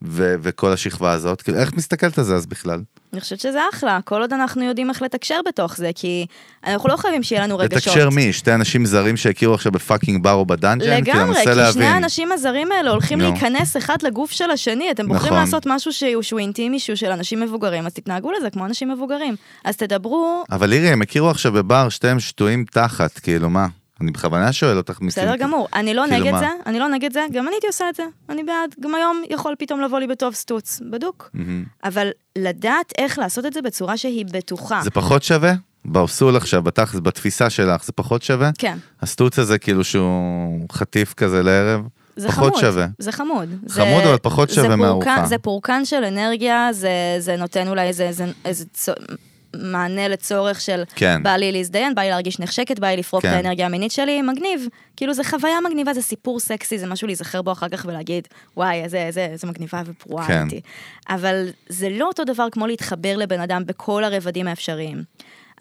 Speaker 2: ו- וכל השכבה הזאת, כאילו, איך את מסתכלת על זה אז בכלל?
Speaker 4: אני חושבת שזה אחלה, כל עוד אנחנו יודעים איך לתקשר בתוך זה, כי אנחנו לא חייבים שיהיה לנו רגשות.
Speaker 2: לתקשר מי? שתי אנשים זרים שהכירו עכשיו בפאקינג בר או בדאנג'ן? כאילו, אני
Speaker 4: לגמרי,
Speaker 2: מנסה
Speaker 4: כי שני
Speaker 2: להבין.
Speaker 4: האנשים הזרים האלה הולכים
Speaker 2: נו.
Speaker 4: להיכנס אחד לגוף של השני, אתם בוחרים
Speaker 2: נכון.
Speaker 4: לעשות משהו שהוא שהוא אינטימי, שהוא של אנשים מבוגרים, אז תתנהגו לזה כמו אנשים מבוגרים. אז תדברו,
Speaker 2: אבל לירי, הם הכירו עכשיו בבר, שתיהם שטויים תחת, כאילו, מה? אני בכוונה שואל אותך מסים-
Speaker 4: בסדר גמור, אני לא
Speaker 2: כאילו
Speaker 4: נגד
Speaker 2: מה?
Speaker 4: זה, אני לא נגד זה, גם אני הייתי עושה את זה, אני בעד, גם היום יכול פתאום לבוא לי בטוב סטוץ, בדוק.
Speaker 2: מהמם.
Speaker 4: אבל לדעת איך לעשות את זה בצורה שהיא בטוחה.
Speaker 2: זה פחות שווה? באוסול עכשיו, בתכלס, בתפיסה שלך, זה פחות שווה?
Speaker 4: כן,
Speaker 2: הסטוץ הזה כאילו שהוא חטיף כזה לערב?
Speaker 4: זה
Speaker 2: פחות
Speaker 4: חמוד,
Speaker 2: שווה.
Speaker 4: זה חמוד. זה-
Speaker 2: חמוד, אבל פחות
Speaker 4: זה
Speaker 2: שווה
Speaker 4: פורקן-
Speaker 2: מהארוחה.
Speaker 4: זה פורקן של אנרגיה, זה- זה נותן אולי איזה- איזה- איזה צו- מענה לצורך של
Speaker 2: כן.
Speaker 4: בא לי להזדיין, בא לי להרגיש נחשקת, בא לי לפרוק
Speaker 2: כן.
Speaker 4: את האנרגיה המינית שלי, מגניב. כאילו, זה חוויה מגניבה, זה סיפור סקסי, זה משהו להיזכר בו אחר כך ולהגיד, וואי, איזה, איזה, איזה מגניבה ופרועה
Speaker 2: כן.
Speaker 4: הייתי. אבל זה לא אותו דבר כמו להתחבר לבן אדם בכל הרבדים האפשריים.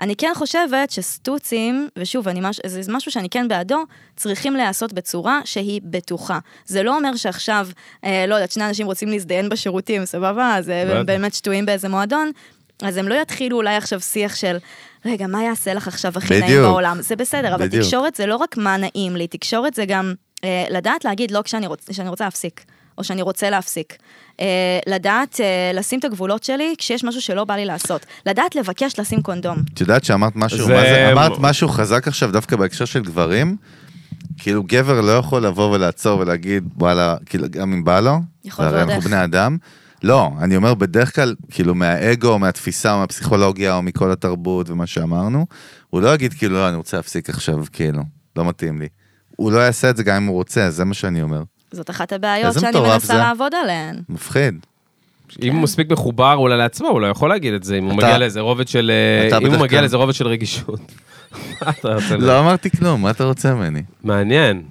Speaker 4: אני כן חושבת שסטוצים, ושוב, אני מש... זה משהו שאני כן בעדו, צריכים להיעשות בצורה שהיא בטוחה. זה לא אומר שעכשיו, אה, לא יודעת, שני אנשים רוצים להזדיין בשירותים, סבבה? אז אה,
Speaker 1: בטח.
Speaker 4: הם באמת שטויים באיזה מועדון. אז הם לא יתחילו אולי עכשיו שיח של, רגע, מה יעשה לך עכשיו הכי נעים
Speaker 2: בדיוק.
Speaker 4: בעולם? זה בסדר, אבל
Speaker 2: בדיוק.
Speaker 4: תקשורת זה לא רק מה נעים לי, תקשורת זה גם אה, לדעת להגיד לא כשאני רוצ, כשאני רוצה להפסיק, או שאני רוצה להפסיק. אה, לדעת אה, לשים את הגבולות שלי כשיש משהו שלא בא לי לעשות. לדעת לבקש לשים קונדום.
Speaker 2: את יודעת שאמרת משהו,
Speaker 1: זה-
Speaker 2: מה זה, אמרת משהו חזק עכשיו דווקא בהקשר של גברים? כאילו גבר לא יכול לבוא ולעצור ולהגיד וואלה, כאילו גם אם בא לו,
Speaker 4: יכול
Speaker 2: הרי
Speaker 4: ועוד
Speaker 2: אנחנו
Speaker 4: איך.
Speaker 2: בני אדם. לא, אני אומר בדרך כלל, כאילו מהאגו, מהתפיסה, מהפסיכולוגיה או מכל התרבות ומה שאמרנו, הוא לא יגיד כאילו לא, אני רוצה להפסיק עכשיו, כאילו, לא מתאים לי. הוא לא יעשה את זה גם אם הוא רוצה, זה מה שאני אומר.
Speaker 4: זאת אחת הבעיות
Speaker 2: איזה
Speaker 4: שאני
Speaker 2: מטורף
Speaker 4: מנסה
Speaker 2: זה.
Speaker 4: לעבוד עליהן.
Speaker 2: מפחיד.
Speaker 1: אם הוא מספיק מחובר אולי לעצמו, הוא לא יכול להגיד את זה, אם הוא
Speaker 2: אתה-
Speaker 1: מגיע לאיזה רובד של... אה,
Speaker 2: אתה
Speaker 1: אם הוא
Speaker 2: בדרך
Speaker 1: מגיע
Speaker 2: כלל-
Speaker 1: לאיזה רובד של רגישות. מה אתה רוצה?
Speaker 2: לא אמרתי כלום, מה אתה רוצה ממני?
Speaker 1: מעניין.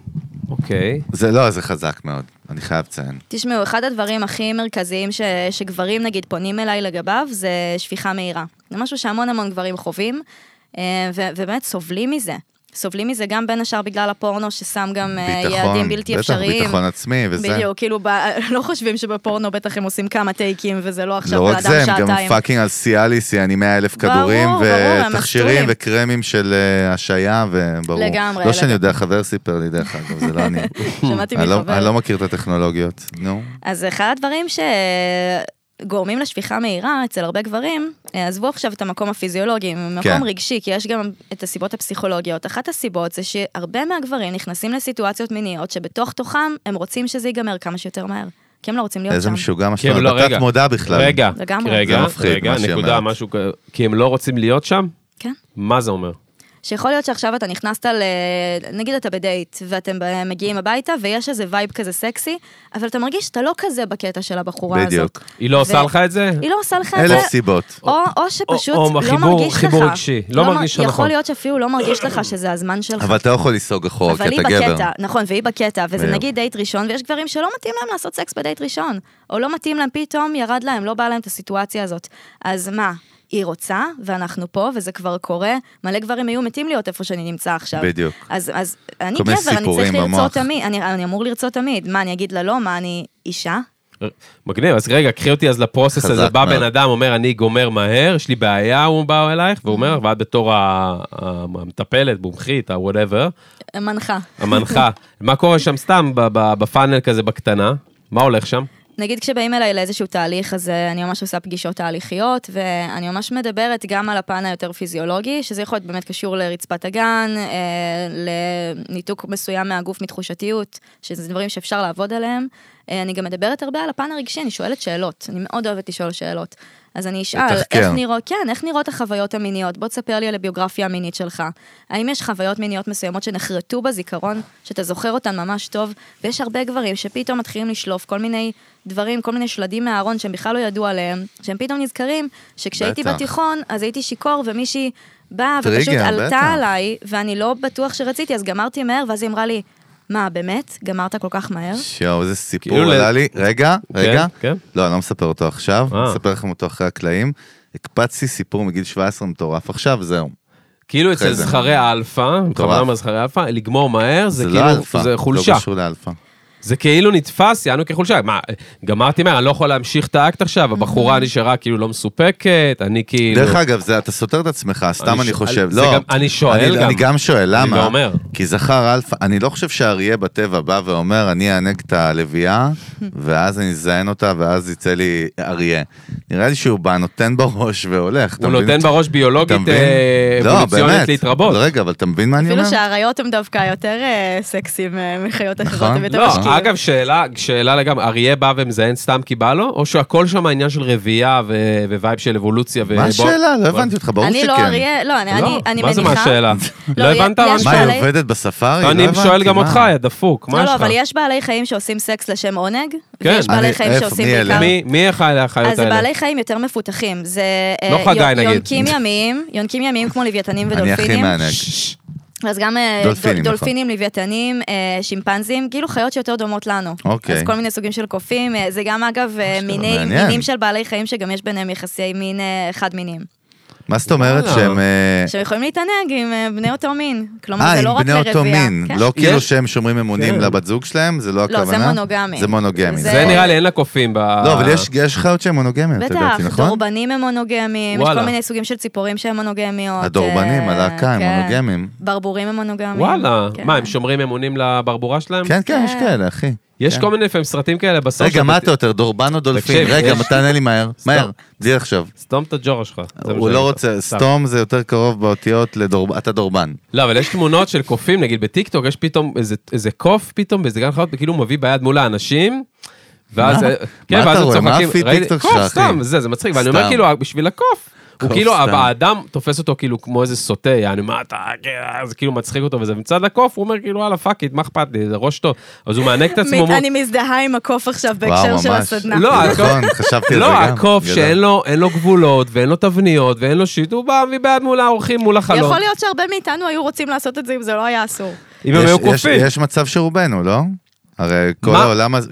Speaker 1: אוקיי.
Speaker 2: זה לא, זה חזק מאוד, אני חייב לציין.
Speaker 4: תשמעו, אחד הדברים הכי מרכזיים ש, שגברים נגיד פונים אליי לגביו, זה שפיכה מהירה. זה משהו שהמון המון גברים חווים, אה, ו, ובאמת סובלים מזה. סובלים מזה גם בין השאר בגלל הפורנו, ששם גם אה, יעדים
Speaker 2: ביטחון,
Speaker 4: בלתי
Speaker 2: בטח
Speaker 4: אפשריים.
Speaker 2: ביטחון עצמי וזה.
Speaker 4: בדיוק, כאילו, ב... לא חושבים שבפורנו בטח הם עושים כמה טייקים, וזה לא עכשיו
Speaker 2: לא
Speaker 4: בן
Speaker 2: רק
Speaker 4: אדם
Speaker 2: זה, הם
Speaker 4: שעתיים.
Speaker 2: גם פאקינג על סיאליסי, אני 100 אלף
Speaker 4: ברור,
Speaker 2: כדורים,
Speaker 4: ברור, הם
Speaker 2: ותכשירים
Speaker 4: מסטולים.
Speaker 2: וקרמים של אה, השעיה, וברור.
Speaker 4: לגמרי,
Speaker 2: לא שאני
Speaker 4: לגמרי.
Speaker 2: יודע, חבר סיפר לי דרך אגב, זה לא אני.
Speaker 4: שמעתי
Speaker 2: אני לא-
Speaker 4: מחבר.
Speaker 2: אני לא מכיר את הטכנולוגיות, נו.
Speaker 4: אז אחד הדברים שגורמים לשפיכה מהירה אצל הרבה גברים, אה, עזבו עכשיו את המקום הפיזיולוגי, מקום
Speaker 2: כן.
Speaker 4: כן. רגשי, כי יש גם את הסיבות הפסיכולוגיות. אחת הסיבות זה שהרבה מהגברים נכנסים לסיטואציות מיניות שבתוך תוכם הם רוצים שזה ייגמר כמה שיותר מהר. כי הם לא רוצים להיות
Speaker 2: איזה
Speaker 4: שם.
Speaker 2: משוגע מה
Speaker 1: כי הם
Speaker 2: שאתה
Speaker 1: לא-
Speaker 2: אומר, בתת
Speaker 1: רגע.
Speaker 2: מודע בכלל.
Speaker 1: רגע,
Speaker 4: לגמרי.
Speaker 1: רגע,
Speaker 2: זה מפחיד,
Speaker 1: רגע,
Speaker 2: מה שהיא
Speaker 1: נקודה,
Speaker 2: אומרת.
Speaker 1: משהו כזה. כי הם לא רוצים להיות שם?
Speaker 4: כן.
Speaker 1: מה זה אומר?
Speaker 4: שיכול להיות שעכשיו אתה נכנסת ל... נגיד אתה בדייט, ואתם ב- מגיעים הביתה, ויש איזה וייב כזה סקסי, אבל אתה מרגיש שאתה לא כזה בקטע של הבחורה הזאת.
Speaker 2: בדיוק.
Speaker 1: היא לא
Speaker 4: ו-
Speaker 1: עושה לך את זה?
Speaker 4: היא לא עושה לך את זה.
Speaker 2: אלף סיבות.
Speaker 4: או, או שפשוט
Speaker 1: או- או
Speaker 4: לא מרגיש
Speaker 1: חיבור-
Speaker 4: לך.
Speaker 1: חיבור רגשי, לא
Speaker 4: מר-
Speaker 1: מרגיש לך
Speaker 4: יכול
Speaker 1: נכון.
Speaker 4: להיות שאפילו לא מרגיש לך שזה הזמן שלך.
Speaker 2: אבל אתה לא יכול לסוג אחורה, כי
Speaker 4: אבל היא
Speaker 2: אתה גבר.
Speaker 4: בקטע, נכון, והיא בקטע, וזה
Speaker 2: בדיוק.
Speaker 4: נגיד דייט ראשון, ויש גברים שלא מתאים להם לעשות סקס בדייט ראשון, או לא מתאים להם, פתאום ירד להם, לא בא להם את הסיטואציה הזאת. אז מה, היא רוצה, ואנחנו פה, וזה כבר קורה, מלא גברים היו מתים להיות איפה שאני נמצא עכשיו.
Speaker 2: בדיוק.
Speaker 4: אז, אז אני
Speaker 2: כל מיני
Speaker 4: גבר, אני צריך
Speaker 2: סיפורים
Speaker 4: לרצות
Speaker 2: במוח.
Speaker 4: תמיד, אני, אני אמור לרצות תמיד, מה, אני אגיד לה לא, מה, אני אישה?
Speaker 1: מגניב, אז רגע, קחי אותי אז לפרוסס
Speaker 2: חזק
Speaker 1: הזה. בא
Speaker 2: מאוד.
Speaker 1: בן אדם, אומר, אני גומר מהר, יש לי בעיה, הוא בא אלייך, והוא אומר, ואת בתור ה- ה- המטפלת, מומחית, ה-whatever,
Speaker 4: מנחה.
Speaker 1: המנחה, מה קורה שם סתם ב- ב- בפאנל כזה בקטנה? מה הולך שם?
Speaker 4: נגיד כשבאים אליי לאיזשהו תהליך, אז אה, אני ממש עושה פגישות תהליכיות, ואני ממש מדברת גם על הפן היותר פיזיולוגי, שזה יכול להיות באמת קשור לרצפת הגן, אה, לניתוק מסוים מהגוף מתחושתיות, שזה דברים שאפשר לעבוד עליהם, אה, אה, אני גם מדברת הרבה על הפן הרגשי, אני שואלת שאלות, אני מאוד אוהבת לשאול שאלות. אז אני אשאל,
Speaker 2: לתחקר.
Speaker 4: איך נראות, כן, איך נראות החוויות המיניות? בוא תספר לי על הביוגרפיה המינית שלך. האם יש חוויות מיניות מסוימות שנחרטו בזיכרון, שאתה זוכר אותן ממש טוב? ויש הרבה גברים שפתאום מתחילים לשלוף כל מיני דברים, כל מיני שלדים מהארון שהם בכלל לא ידעו עליהם, שהם פתאום נזכרים שכשהייתי
Speaker 2: בטח.
Speaker 4: בתיכון, אז הייתי שיכור ומישהי באה
Speaker 2: טריגר,
Speaker 4: ופשוט
Speaker 2: בטח.
Speaker 4: עלתה עליי, ואני לא בטוח שרציתי, אז גמרתי מהר, ואז היא אמרה לי, מה, באמת? גמרת כל כך מהר?
Speaker 2: שואו, איזה סיפור
Speaker 1: כאילו ל-
Speaker 2: עלה לי. רגע, רגע.
Speaker 1: כן.
Speaker 2: לא, אני לא מספר אותו עכשיו,
Speaker 1: אה.
Speaker 2: אני אספר לכם אותו אחרי הקלעים. הקפצתי סיפור מגיל 17 מטורף עכשיו, זהו.
Speaker 1: כאילו אצל
Speaker 2: אחרי זה.
Speaker 1: זכרי אלפא, בכוונה אומר זכרי אלפא, לגמור מהר זה
Speaker 2: זה לא
Speaker 1: כאילו,
Speaker 2: אלפא.
Speaker 1: זה חולשה.
Speaker 2: לא קשור לאלפא.
Speaker 1: זה כאילו נתפס, יענו כחולשה. מה, גמרתי מהר, אני לא יכול להמשיך את האקט עכשיו, הבחורה נשארה כאילו לא מסופקת, אני כאילו...
Speaker 2: דרך אגב, זה- אתה סותר את עצמך, סתם
Speaker 1: אני
Speaker 2: אני
Speaker 1: שואל-
Speaker 2: חושב.
Speaker 1: זה
Speaker 2: לא,
Speaker 1: גם- אני שואל
Speaker 2: אני-
Speaker 1: גם.
Speaker 2: אני גם שואל, למה?
Speaker 1: לא אומר.
Speaker 2: כי זכר אלפא, אני לא חושב שאריה בטבע בא ואומר, אני אענג את הלוויה, ואז אני אזיין אותה, ואז יצא לי אריה. נראה לי שהוא בא, נותן בראש והולך. אתה
Speaker 1: הוא
Speaker 2: מבין?
Speaker 1: נותן בראש
Speaker 2: אתה
Speaker 1: ביולוגית
Speaker 2: מבין?
Speaker 1: אה,
Speaker 2: לא,
Speaker 1: אבולוציונית
Speaker 2: באמת.
Speaker 1: להתרבות.
Speaker 2: רגע, אבל אתה מבין מה אני אומר?
Speaker 4: אפילו שהאריות הם דווקא יותר אה, סקסים אה, מחיות אחרות,
Speaker 2: נכון.
Speaker 4: הם יותר
Speaker 1: לא,
Speaker 4: משקיעים.
Speaker 1: אגב, שאלה, שאלה לגמרי, אריה בא ומזיין סתם כי בא לו, או שהכל שם עניין של רבייה ו- ווייב של אבולוציה? ובוא-
Speaker 2: מה השאלה? לא
Speaker 1: בוא-
Speaker 2: הבנתי אותך, ברור
Speaker 4: אני לא
Speaker 2: שכן.
Speaker 4: אריה, לא, אני-
Speaker 1: לא,
Speaker 4: אני אני מניחה...
Speaker 1: מה זה מה השאלה? לא
Speaker 4: לא,
Speaker 1: הבנת
Speaker 4: יש-
Speaker 1: מה
Speaker 4: יש
Speaker 2: מה,
Speaker 1: השאלה?
Speaker 4: בעלי-
Speaker 2: היא עובדת בספארי? לא
Speaker 1: אני
Speaker 2: הבנתי,
Speaker 1: שואל גם
Speaker 2: מה?
Speaker 1: אותך, יא דפוק, מה
Speaker 4: לא,
Speaker 1: יש
Speaker 4: לא,
Speaker 1: לך?
Speaker 4: אבל יש בעלי חיים שעושים סקס לשם עונג,
Speaker 1: כן.
Speaker 4: ויש בעלי
Speaker 2: אני-
Speaker 4: חיים
Speaker 2: איפה?
Speaker 4: שעושים
Speaker 2: מי אלה?
Speaker 4: בעיקר...
Speaker 1: מי- מי אחד החיות
Speaker 4: אז זה
Speaker 1: האלה?
Speaker 4: בעלי חיים יותר מפותחים, זה... אה,
Speaker 1: לא חגי,
Speaker 4: יונ-
Speaker 1: נגיד.
Speaker 4: יונקים ימיים, יונקים ימיים כמו לוויתנים
Speaker 2: אני הכי
Speaker 4: ודולפינים.
Speaker 2: מענג.
Speaker 4: אז גם אה,
Speaker 2: דולפינים,
Speaker 4: דול-
Speaker 2: נכון.
Speaker 4: דולפינים, לוויתנים, אה, שימפנזים, כאילו חיות שיותר דומות לנו.
Speaker 2: אוקיי.
Speaker 4: אז כל מיני סוגים של קופים, אה, זה גם אגב אה, מיני-
Speaker 2: מעניין.
Speaker 4: מינים של בעלי חיים שגם יש ביניהם יחסי מין אה, חד מיניים.
Speaker 2: מה זאת אומרת
Speaker 1: וואלה.
Speaker 2: שהם... אה,
Speaker 4: שהם יכולים להתענג עם אה, בני אותו מין. כלומר,
Speaker 2: אה,
Speaker 4: זה לא
Speaker 2: עם
Speaker 4: רק
Speaker 2: בני
Speaker 4: לרבייה.
Speaker 2: אותו מין,
Speaker 4: כן.
Speaker 2: לא כאילו
Speaker 1: יש-
Speaker 2: שהם שומרים אמונים
Speaker 1: כן.
Speaker 2: לבת זוג שלהם, זה לא הכוונה?
Speaker 4: לא, זה מונוגמי. נכון.
Speaker 2: זה מונוגמי.
Speaker 1: זה נראה לי אין לה קופים ב...
Speaker 2: לא, אבל יש- יש חיות שהן מונוגמיות,
Speaker 4: בטח,
Speaker 2: לדעתי, נכון?
Speaker 4: דורבנים הם מונוגמים, יש
Speaker 1: וואלה.
Speaker 4: כל מיני ססוגים של ציפורים שהם מונוגמיות.
Speaker 2: הדורבנים,
Speaker 4: אה,
Speaker 2: הלהקה, הם
Speaker 4: כן.
Speaker 2: מונוגמים.
Speaker 4: ברבורים הם מונוגמים.
Speaker 1: וואלה,
Speaker 4: כן.
Speaker 1: מה, הם שומרים אמונים לברבורה שלהם?
Speaker 2: כן, כן, יש כאלה, אחי.
Speaker 1: יש
Speaker 2: כן.
Speaker 1: כל מיני לפעמים סרטים כאלה בסוף.
Speaker 2: רגע,
Speaker 1: שאתה-
Speaker 2: מה אתה יותר, דורבן או דולפין?
Speaker 1: תקשיב,
Speaker 2: רגע,
Speaker 1: יש-
Speaker 2: מה תענה לי מהר? מהר, בלי לחשוב.
Speaker 1: סתום את הג'ורה שלך. זה מה
Speaker 2: הוא
Speaker 1: שאני
Speaker 2: לא
Speaker 1: אומר.
Speaker 2: רוצה,
Speaker 1: סתם.
Speaker 2: סתום זה יותר קרוב באותיות לדורבן, אתה דורבן.
Speaker 1: לא, אבל יש תמונות של קופים, נגיד בטיקטוק, יש פתאום איזה- איזה קוף פתאום באיזה גן חיות, כאילו הוא מביא ביד מול האנשים. ואז,
Speaker 2: מה?
Speaker 1: כן,
Speaker 2: מה
Speaker 1: ואז
Speaker 2: אתה
Speaker 1: הם
Speaker 2: רואה? מה
Speaker 1: צוחקים,
Speaker 2: הפיד
Speaker 1: ראיתי-
Speaker 2: טיקטוק
Speaker 1: קוף
Speaker 2: שלך,
Speaker 1: סתם,
Speaker 2: אחי?
Speaker 1: זה, זה מצחיק, ואני אומר
Speaker 2: סתם.
Speaker 1: כאילו, בשביל הקוף, הוא
Speaker 2: קוף
Speaker 1: כאילו,
Speaker 2: סתם.
Speaker 1: האדם תופס אותו כאילו כמו איזה סוטה, יעני, מה אתה, כן, זה כאילו מצחיק אותו וזה, מצד הקוף הוא אומר כאילו, וואלה, פאק איט, מה אכפת לי, זה ראש טוב, אז הוא מענג את עצמו,
Speaker 4: מת-
Speaker 1: הוא-
Speaker 4: אני מזדהה עם הקוף עכשיו בהקשר
Speaker 2: וואו,
Speaker 4: של
Speaker 2: ממש.
Speaker 4: הסדנה.
Speaker 1: לא, הקוף-
Speaker 2: נכון, חשבתי על זה
Speaker 1: לא,
Speaker 2: גם.
Speaker 1: הקוף
Speaker 2: גדול.
Speaker 1: שאין לו, אין לו גבולות, ואין לו תבניות, ואין לו שיט, הוא בא מבעד מול האורחים, מול החלום.
Speaker 4: יכול להיות שהרבה מאיתנו היו רוצים לעשות את זה אם זה לא היה אסור.
Speaker 1: אם הם היו
Speaker 2: יש- יש-
Speaker 1: קופים.
Speaker 2: יש מצב שרובנו, לא? הרי כל
Speaker 1: מה?
Speaker 2: העולם הזה...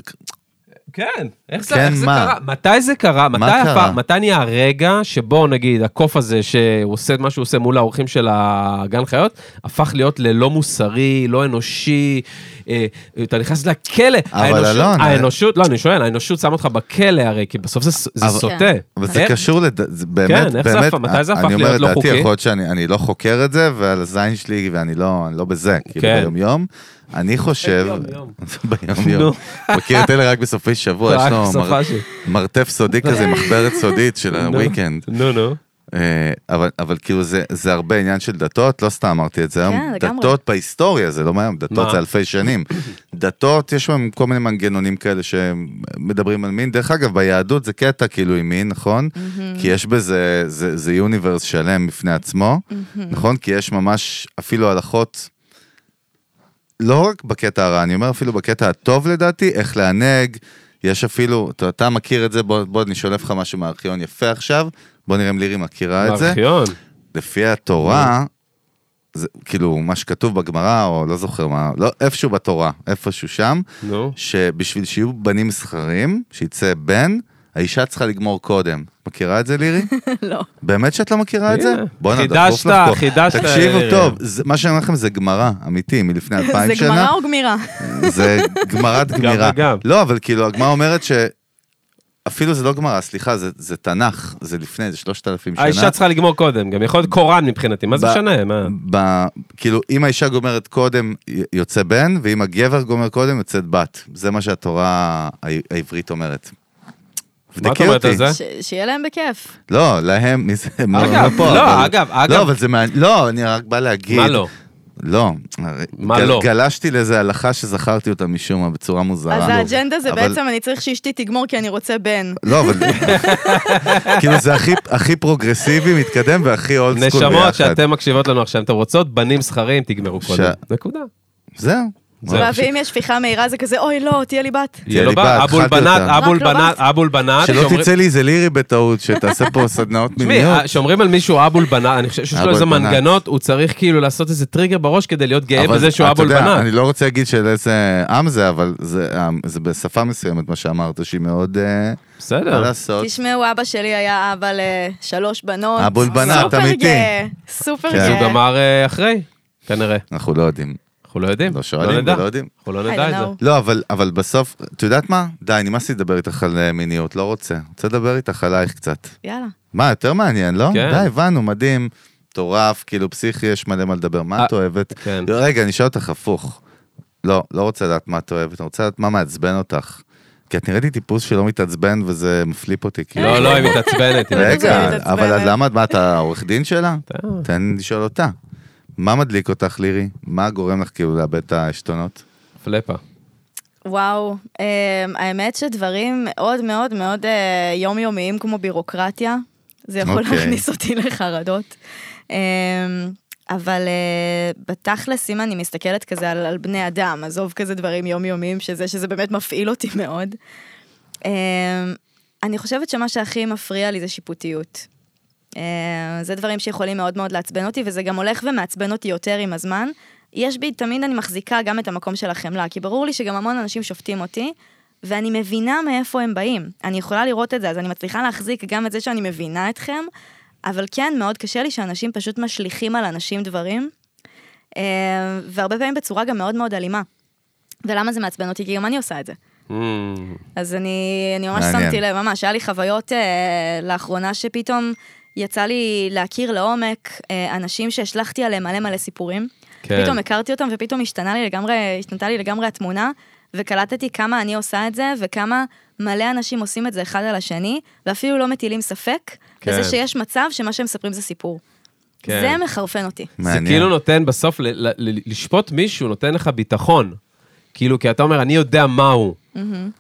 Speaker 1: כן, איך זה,
Speaker 2: כן,
Speaker 1: איך זה
Speaker 2: מה?
Speaker 1: קרה? מתי זה קרה? מתי,
Speaker 2: קרה?
Speaker 1: הפ- מתי נהיה הרגע שבו נגיד הקוף הזה שהוא עושה את מה שהוא עושה מול האורחים של הגן חיות, הפך להיות ללא מוסרי, לא אנושי, אה, אתה נכנס לכלא.
Speaker 2: אבל
Speaker 1: האנושות-
Speaker 2: אלון, אה?
Speaker 1: האנושות, לא, אני שואל, האנושות שם אותך בכלא הרי, כי בסוף זה, ס- זה
Speaker 2: אבל-
Speaker 1: סוטה.
Speaker 2: אבל זה
Speaker 1: איך-
Speaker 2: קשור לד... זה באמת,
Speaker 1: כן. איך זה
Speaker 2: באמת,
Speaker 1: הפך- מתי זה הפך
Speaker 2: אני אומר
Speaker 1: להיות
Speaker 2: את
Speaker 1: לא
Speaker 2: דעתי,
Speaker 1: חוקי?
Speaker 2: יכול להיות שאני אני לא חוקר את זה, ועל הזין שלי, ואני לא, אני לא בזה, כאילו
Speaker 1: כן.
Speaker 2: ביום יום. אני חושב,
Speaker 1: ביום-יום.
Speaker 2: ביום
Speaker 1: נו.
Speaker 2: יום, מכיר את אלה רק בסופי שבוע, יש
Speaker 1: רק
Speaker 2: לו
Speaker 1: בסופה
Speaker 2: מר-
Speaker 1: של-
Speaker 2: מרתף סודי כזה, מחברת סודית של
Speaker 1: נו.
Speaker 2: הוויקנד.
Speaker 1: נו, נו.
Speaker 2: אה, אבל, אבל כאילו זה, זה הרבה עניין של דתות, לא סתם אמרתי את זה היום.
Speaker 4: לגמרי.
Speaker 2: דתות בהיסטוריה, זה לא מהיום, דתות
Speaker 1: מה?
Speaker 2: זה אלפי שנים. דתות, יש בהם כל מיני מנגנונים כאלה שמדברים על מין. דרך אגב, ביהדות זה קטע כאילו עם מין, נכון? כי יש בזה, זה, זה יוניברס שלם בפני עצמו, נכון? כי יש ממש אפילו הלכות, לא רק בקטע הרע, אני אומר אפילו בקטע הטוב לדעתי, איך לענג. יש אפילו, אתה, אתה מכיר את זה, בוא, בוא אני שולף לך משהו מהארכיון יפה עכשיו, בוא נראה אם לירי מכירה אה, את זה.
Speaker 1: בארכיון.
Speaker 2: לפי התורה, זה כאילו מה שכתוב בגמרא, או לא זוכר מה, לא, איפשהו בתורה, איפשהו שם,
Speaker 1: נו.
Speaker 2: שבשביל שיהיו בנים זכרים, שיצא בן, האישה צריכה לגמור קודם. מכירה את זה, לירי?
Speaker 4: לא.
Speaker 2: באמת שאת לא מכירה את זה?
Speaker 1: הנה,
Speaker 2: בואנה,
Speaker 1: חידשת,
Speaker 2: דחוף לך פה.
Speaker 1: חידשת,
Speaker 2: תקשיבו
Speaker 1: לירי.
Speaker 2: טוב, זה- מה שאני אומר לכם זה גמרא, אמיתי, מלפני אלפיים
Speaker 4: זה
Speaker 2: שנה.
Speaker 4: גמרא או גמירה?
Speaker 2: זה גמרת גמירה.
Speaker 1: וגם.
Speaker 2: לא, אבל כאילו, הגמרא אומרת ש... אפילו זה לא גמרא, סליחה, זה, זה תנ"ך, זה לפני, זה שלושת אלפים שנה.
Speaker 1: האישה צריכה לגמור קודם, גם יכול להיות קוראן מבחינתי, מה זה
Speaker 2: ב-
Speaker 1: משנה? מה?
Speaker 2: ב... כאילו, אם האישה גומרת קודם, י- יוצא בן, ואם הגבר גומר קודם, יוצאת בת. זה מה שהתורה ה- העברית אומרת.
Speaker 1: מה את
Speaker 2: תבדקי
Speaker 1: אומרת על
Speaker 2: אותי.
Speaker 1: זה?
Speaker 4: ש- שיהיה להם בכיף.
Speaker 2: לא, להם, מי זה? הם לא
Speaker 1: אגב,
Speaker 2: פה,
Speaker 1: לא,
Speaker 2: אבל-
Speaker 1: אגב, אגב.
Speaker 2: לא, אבל זה מעניין, לא, אני רק בא להגיד.
Speaker 1: מה לא?
Speaker 2: לא.
Speaker 1: מה
Speaker 2: גל-
Speaker 1: לא?
Speaker 2: גלשתי לאיזה הלכה שזכרתי אותה משום מה בצורה מוזרה.
Speaker 4: אז האג'נדה זה
Speaker 2: לא. אבל-
Speaker 4: בעצם אני צריך שאשתי תגמור כי אני רוצה בן.
Speaker 2: לא, אבל... כאילו זה הכי- הכי פרוגרסיבי, מתקדם והכי אולד סקול ביחד.
Speaker 1: נשמות שאתם מקשיבות לנו עכשיו, אם אתם רוצות, בנים זכרים, תגמרו קודם. נקודה.
Speaker 2: זהו.
Speaker 1: זהו.
Speaker 4: ואם יש שפיכה מהירה זה כזה אוי לא תהיה לי בת.
Speaker 1: יהיה לו
Speaker 2: לי
Speaker 1: בת,
Speaker 2: בת,
Speaker 1: אבול
Speaker 2: אכלתי
Speaker 1: בנת,
Speaker 2: אותה.
Speaker 1: אבול
Speaker 4: רק לא
Speaker 1: בנת,
Speaker 4: בת.
Speaker 1: אבול בנת.
Speaker 2: שלא
Speaker 1: שאומרים-
Speaker 2: תצא לי איזה לירי בטעות, שתעשה פה סדנאות
Speaker 1: תשמעי, אה,
Speaker 2: מיניות.
Speaker 1: כשאומרים על מישהו אבול בנת, אני חושב שיש לו
Speaker 2: אבול
Speaker 1: איזה
Speaker 2: בנת.
Speaker 1: מנגנות, הוא צריך כאילו לעשות איזה טריגר בראש כדי להיות גאה
Speaker 2: אבל
Speaker 1: בזה שהוא
Speaker 2: אתה
Speaker 1: אבול
Speaker 2: יודע,
Speaker 1: בנת.
Speaker 2: אני לא רוצה להגיד של איזה עם זה, אבל זה, עם- זה בשפה מסוימת מה שאמרת, שהיא מאוד... אה, מה
Speaker 1: בסדר.
Speaker 2: לעשות?
Speaker 4: תשמעו אבא שלי היה אבא לשלוש בנות.
Speaker 2: אבול בנות,
Speaker 4: סופר
Speaker 2: אמיתי.
Speaker 4: גאה, סופר
Speaker 2: כן.
Speaker 1: אז הוא
Speaker 4: גאה.
Speaker 1: גמר אה, אחרי, כנראה.
Speaker 2: אנחנו לא יודעים.
Speaker 1: אנחנו לא יודעים.
Speaker 2: לא שואלים
Speaker 1: נדע.
Speaker 2: ולא יודעים.
Speaker 1: אנחנו לא
Speaker 4: I
Speaker 1: נדע
Speaker 4: don't
Speaker 1: את זה.
Speaker 4: know.
Speaker 2: לא, אבל, אבל בסוף, את יודעת מה? די, נמאס לי לדבר איתך על אה, מיניות, לא רוצה. רוצה לדבר איתך עלייך קצת.
Speaker 4: יאללה.
Speaker 2: מה, יותר מעניין, לא?
Speaker 1: כן.
Speaker 2: די, הבנו, מדהים, מטורף, כאילו פסיכי, יש מלא מה לדבר. מה
Speaker 1: אה,
Speaker 2: את אוהבת?
Speaker 1: כן.
Speaker 2: רגע, אני אשאל אותך הפוך. לא, לא רוצה לדעת מה את אוהבת, אני רוצה לדעת מה מעצבן אותך. כי את נראית לי טיפוס שלא מתעצבן וזה מפליפ אותי, כאילו.
Speaker 1: לא, לא, היא מתעצבנת. היא
Speaker 2: רגע,
Speaker 1: מתעצבנת.
Speaker 4: אה, לא מתעצבנת.
Speaker 2: אבל אז למה, את- מה, אתה העורך דין שלה?
Speaker 1: אתה-
Speaker 2: תן לי לשאול אותה. מה מדליק אותך, לירי? מה גורם לך כאילו לאבד את העשתונות?
Speaker 1: פלפה. Mm,
Speaker 4: וואו, אמ, האמת שדברים מאוד מאוד מאוד אה, יומיומיים כמו בירוקרטיה, זה יכול
Speaker 2: אוקיי.
Speaker 4: להכניס אותי לחרדות. אמ, אבל אה, בתכלס, אם אני מסתכלת כזה על, על בני אדם, עזוב כזה דברים יומיומיים, שזה, שזה באמת מפעיל אותי מאוד. אמ, אני חושבת שמה שהכי מפריע לי זה שיפוטיות. אה, זה דברים שיכולים מאוד מאוד לעצבן אותי, וזה גם הולך ומעצבן אותי יותר עם הזמן. יש בי, תמיד אני מחזיקה גם את המקום של החמלה, כי ברור לי שגם המון אנשים שופטים אותי, ואני מבינה מאיפה הם באים. אני יכולה לראות את זה, אז אני מצליחה להחזיק גם את זה שאני מבינה אתכם, אבל כן, מאוד קשה לי שאנשים פשוט משליכים על אנשים דברים, אה, והרבה פעמים בצורה גם מאוד מאוד אלימה. ולמה זה מעצבן אותי? כי גם אני עושה את זה.
Speaker 1: אמ,
Speaker 4: אז אני, אני ממש
Speaker 2: מעניין.
Speaker 4: שמתי לב, ממש, היה לי חוויות אה, לאחרונה שפתאום יצא לי להכיר לעומק אה, אנשים שהשלכתי עליהם מלא מלא סיפורים.
Speaker 1: כן.
Speaker 4: כן. פתאום הכרתי אותם ופתאום השתנה לי לגמרי, השתנתה לי לגמרי התמונה, וקלטתי כמה אני עושה את זה, וכמה מלא אנשים עושים את זה אחד על השני, ואפילו לא מטילים ספק,
Speaker 1: כן.
Speaker 4: כן. בזה שיש מצב שמה שהם מספרים זה סיפור.
Speaker 1: כן.
Speaker 4: כן. זה מחרפן אותי.
Speaker 1: זה
Speaker 2: מעניין.
Speaker 1: כאילו נותן בסוף, ל- ל- ל- לשפוט מישהו נותן לך ביטחון. כאילו, כי אתה אומר, אני יודע מה הוא.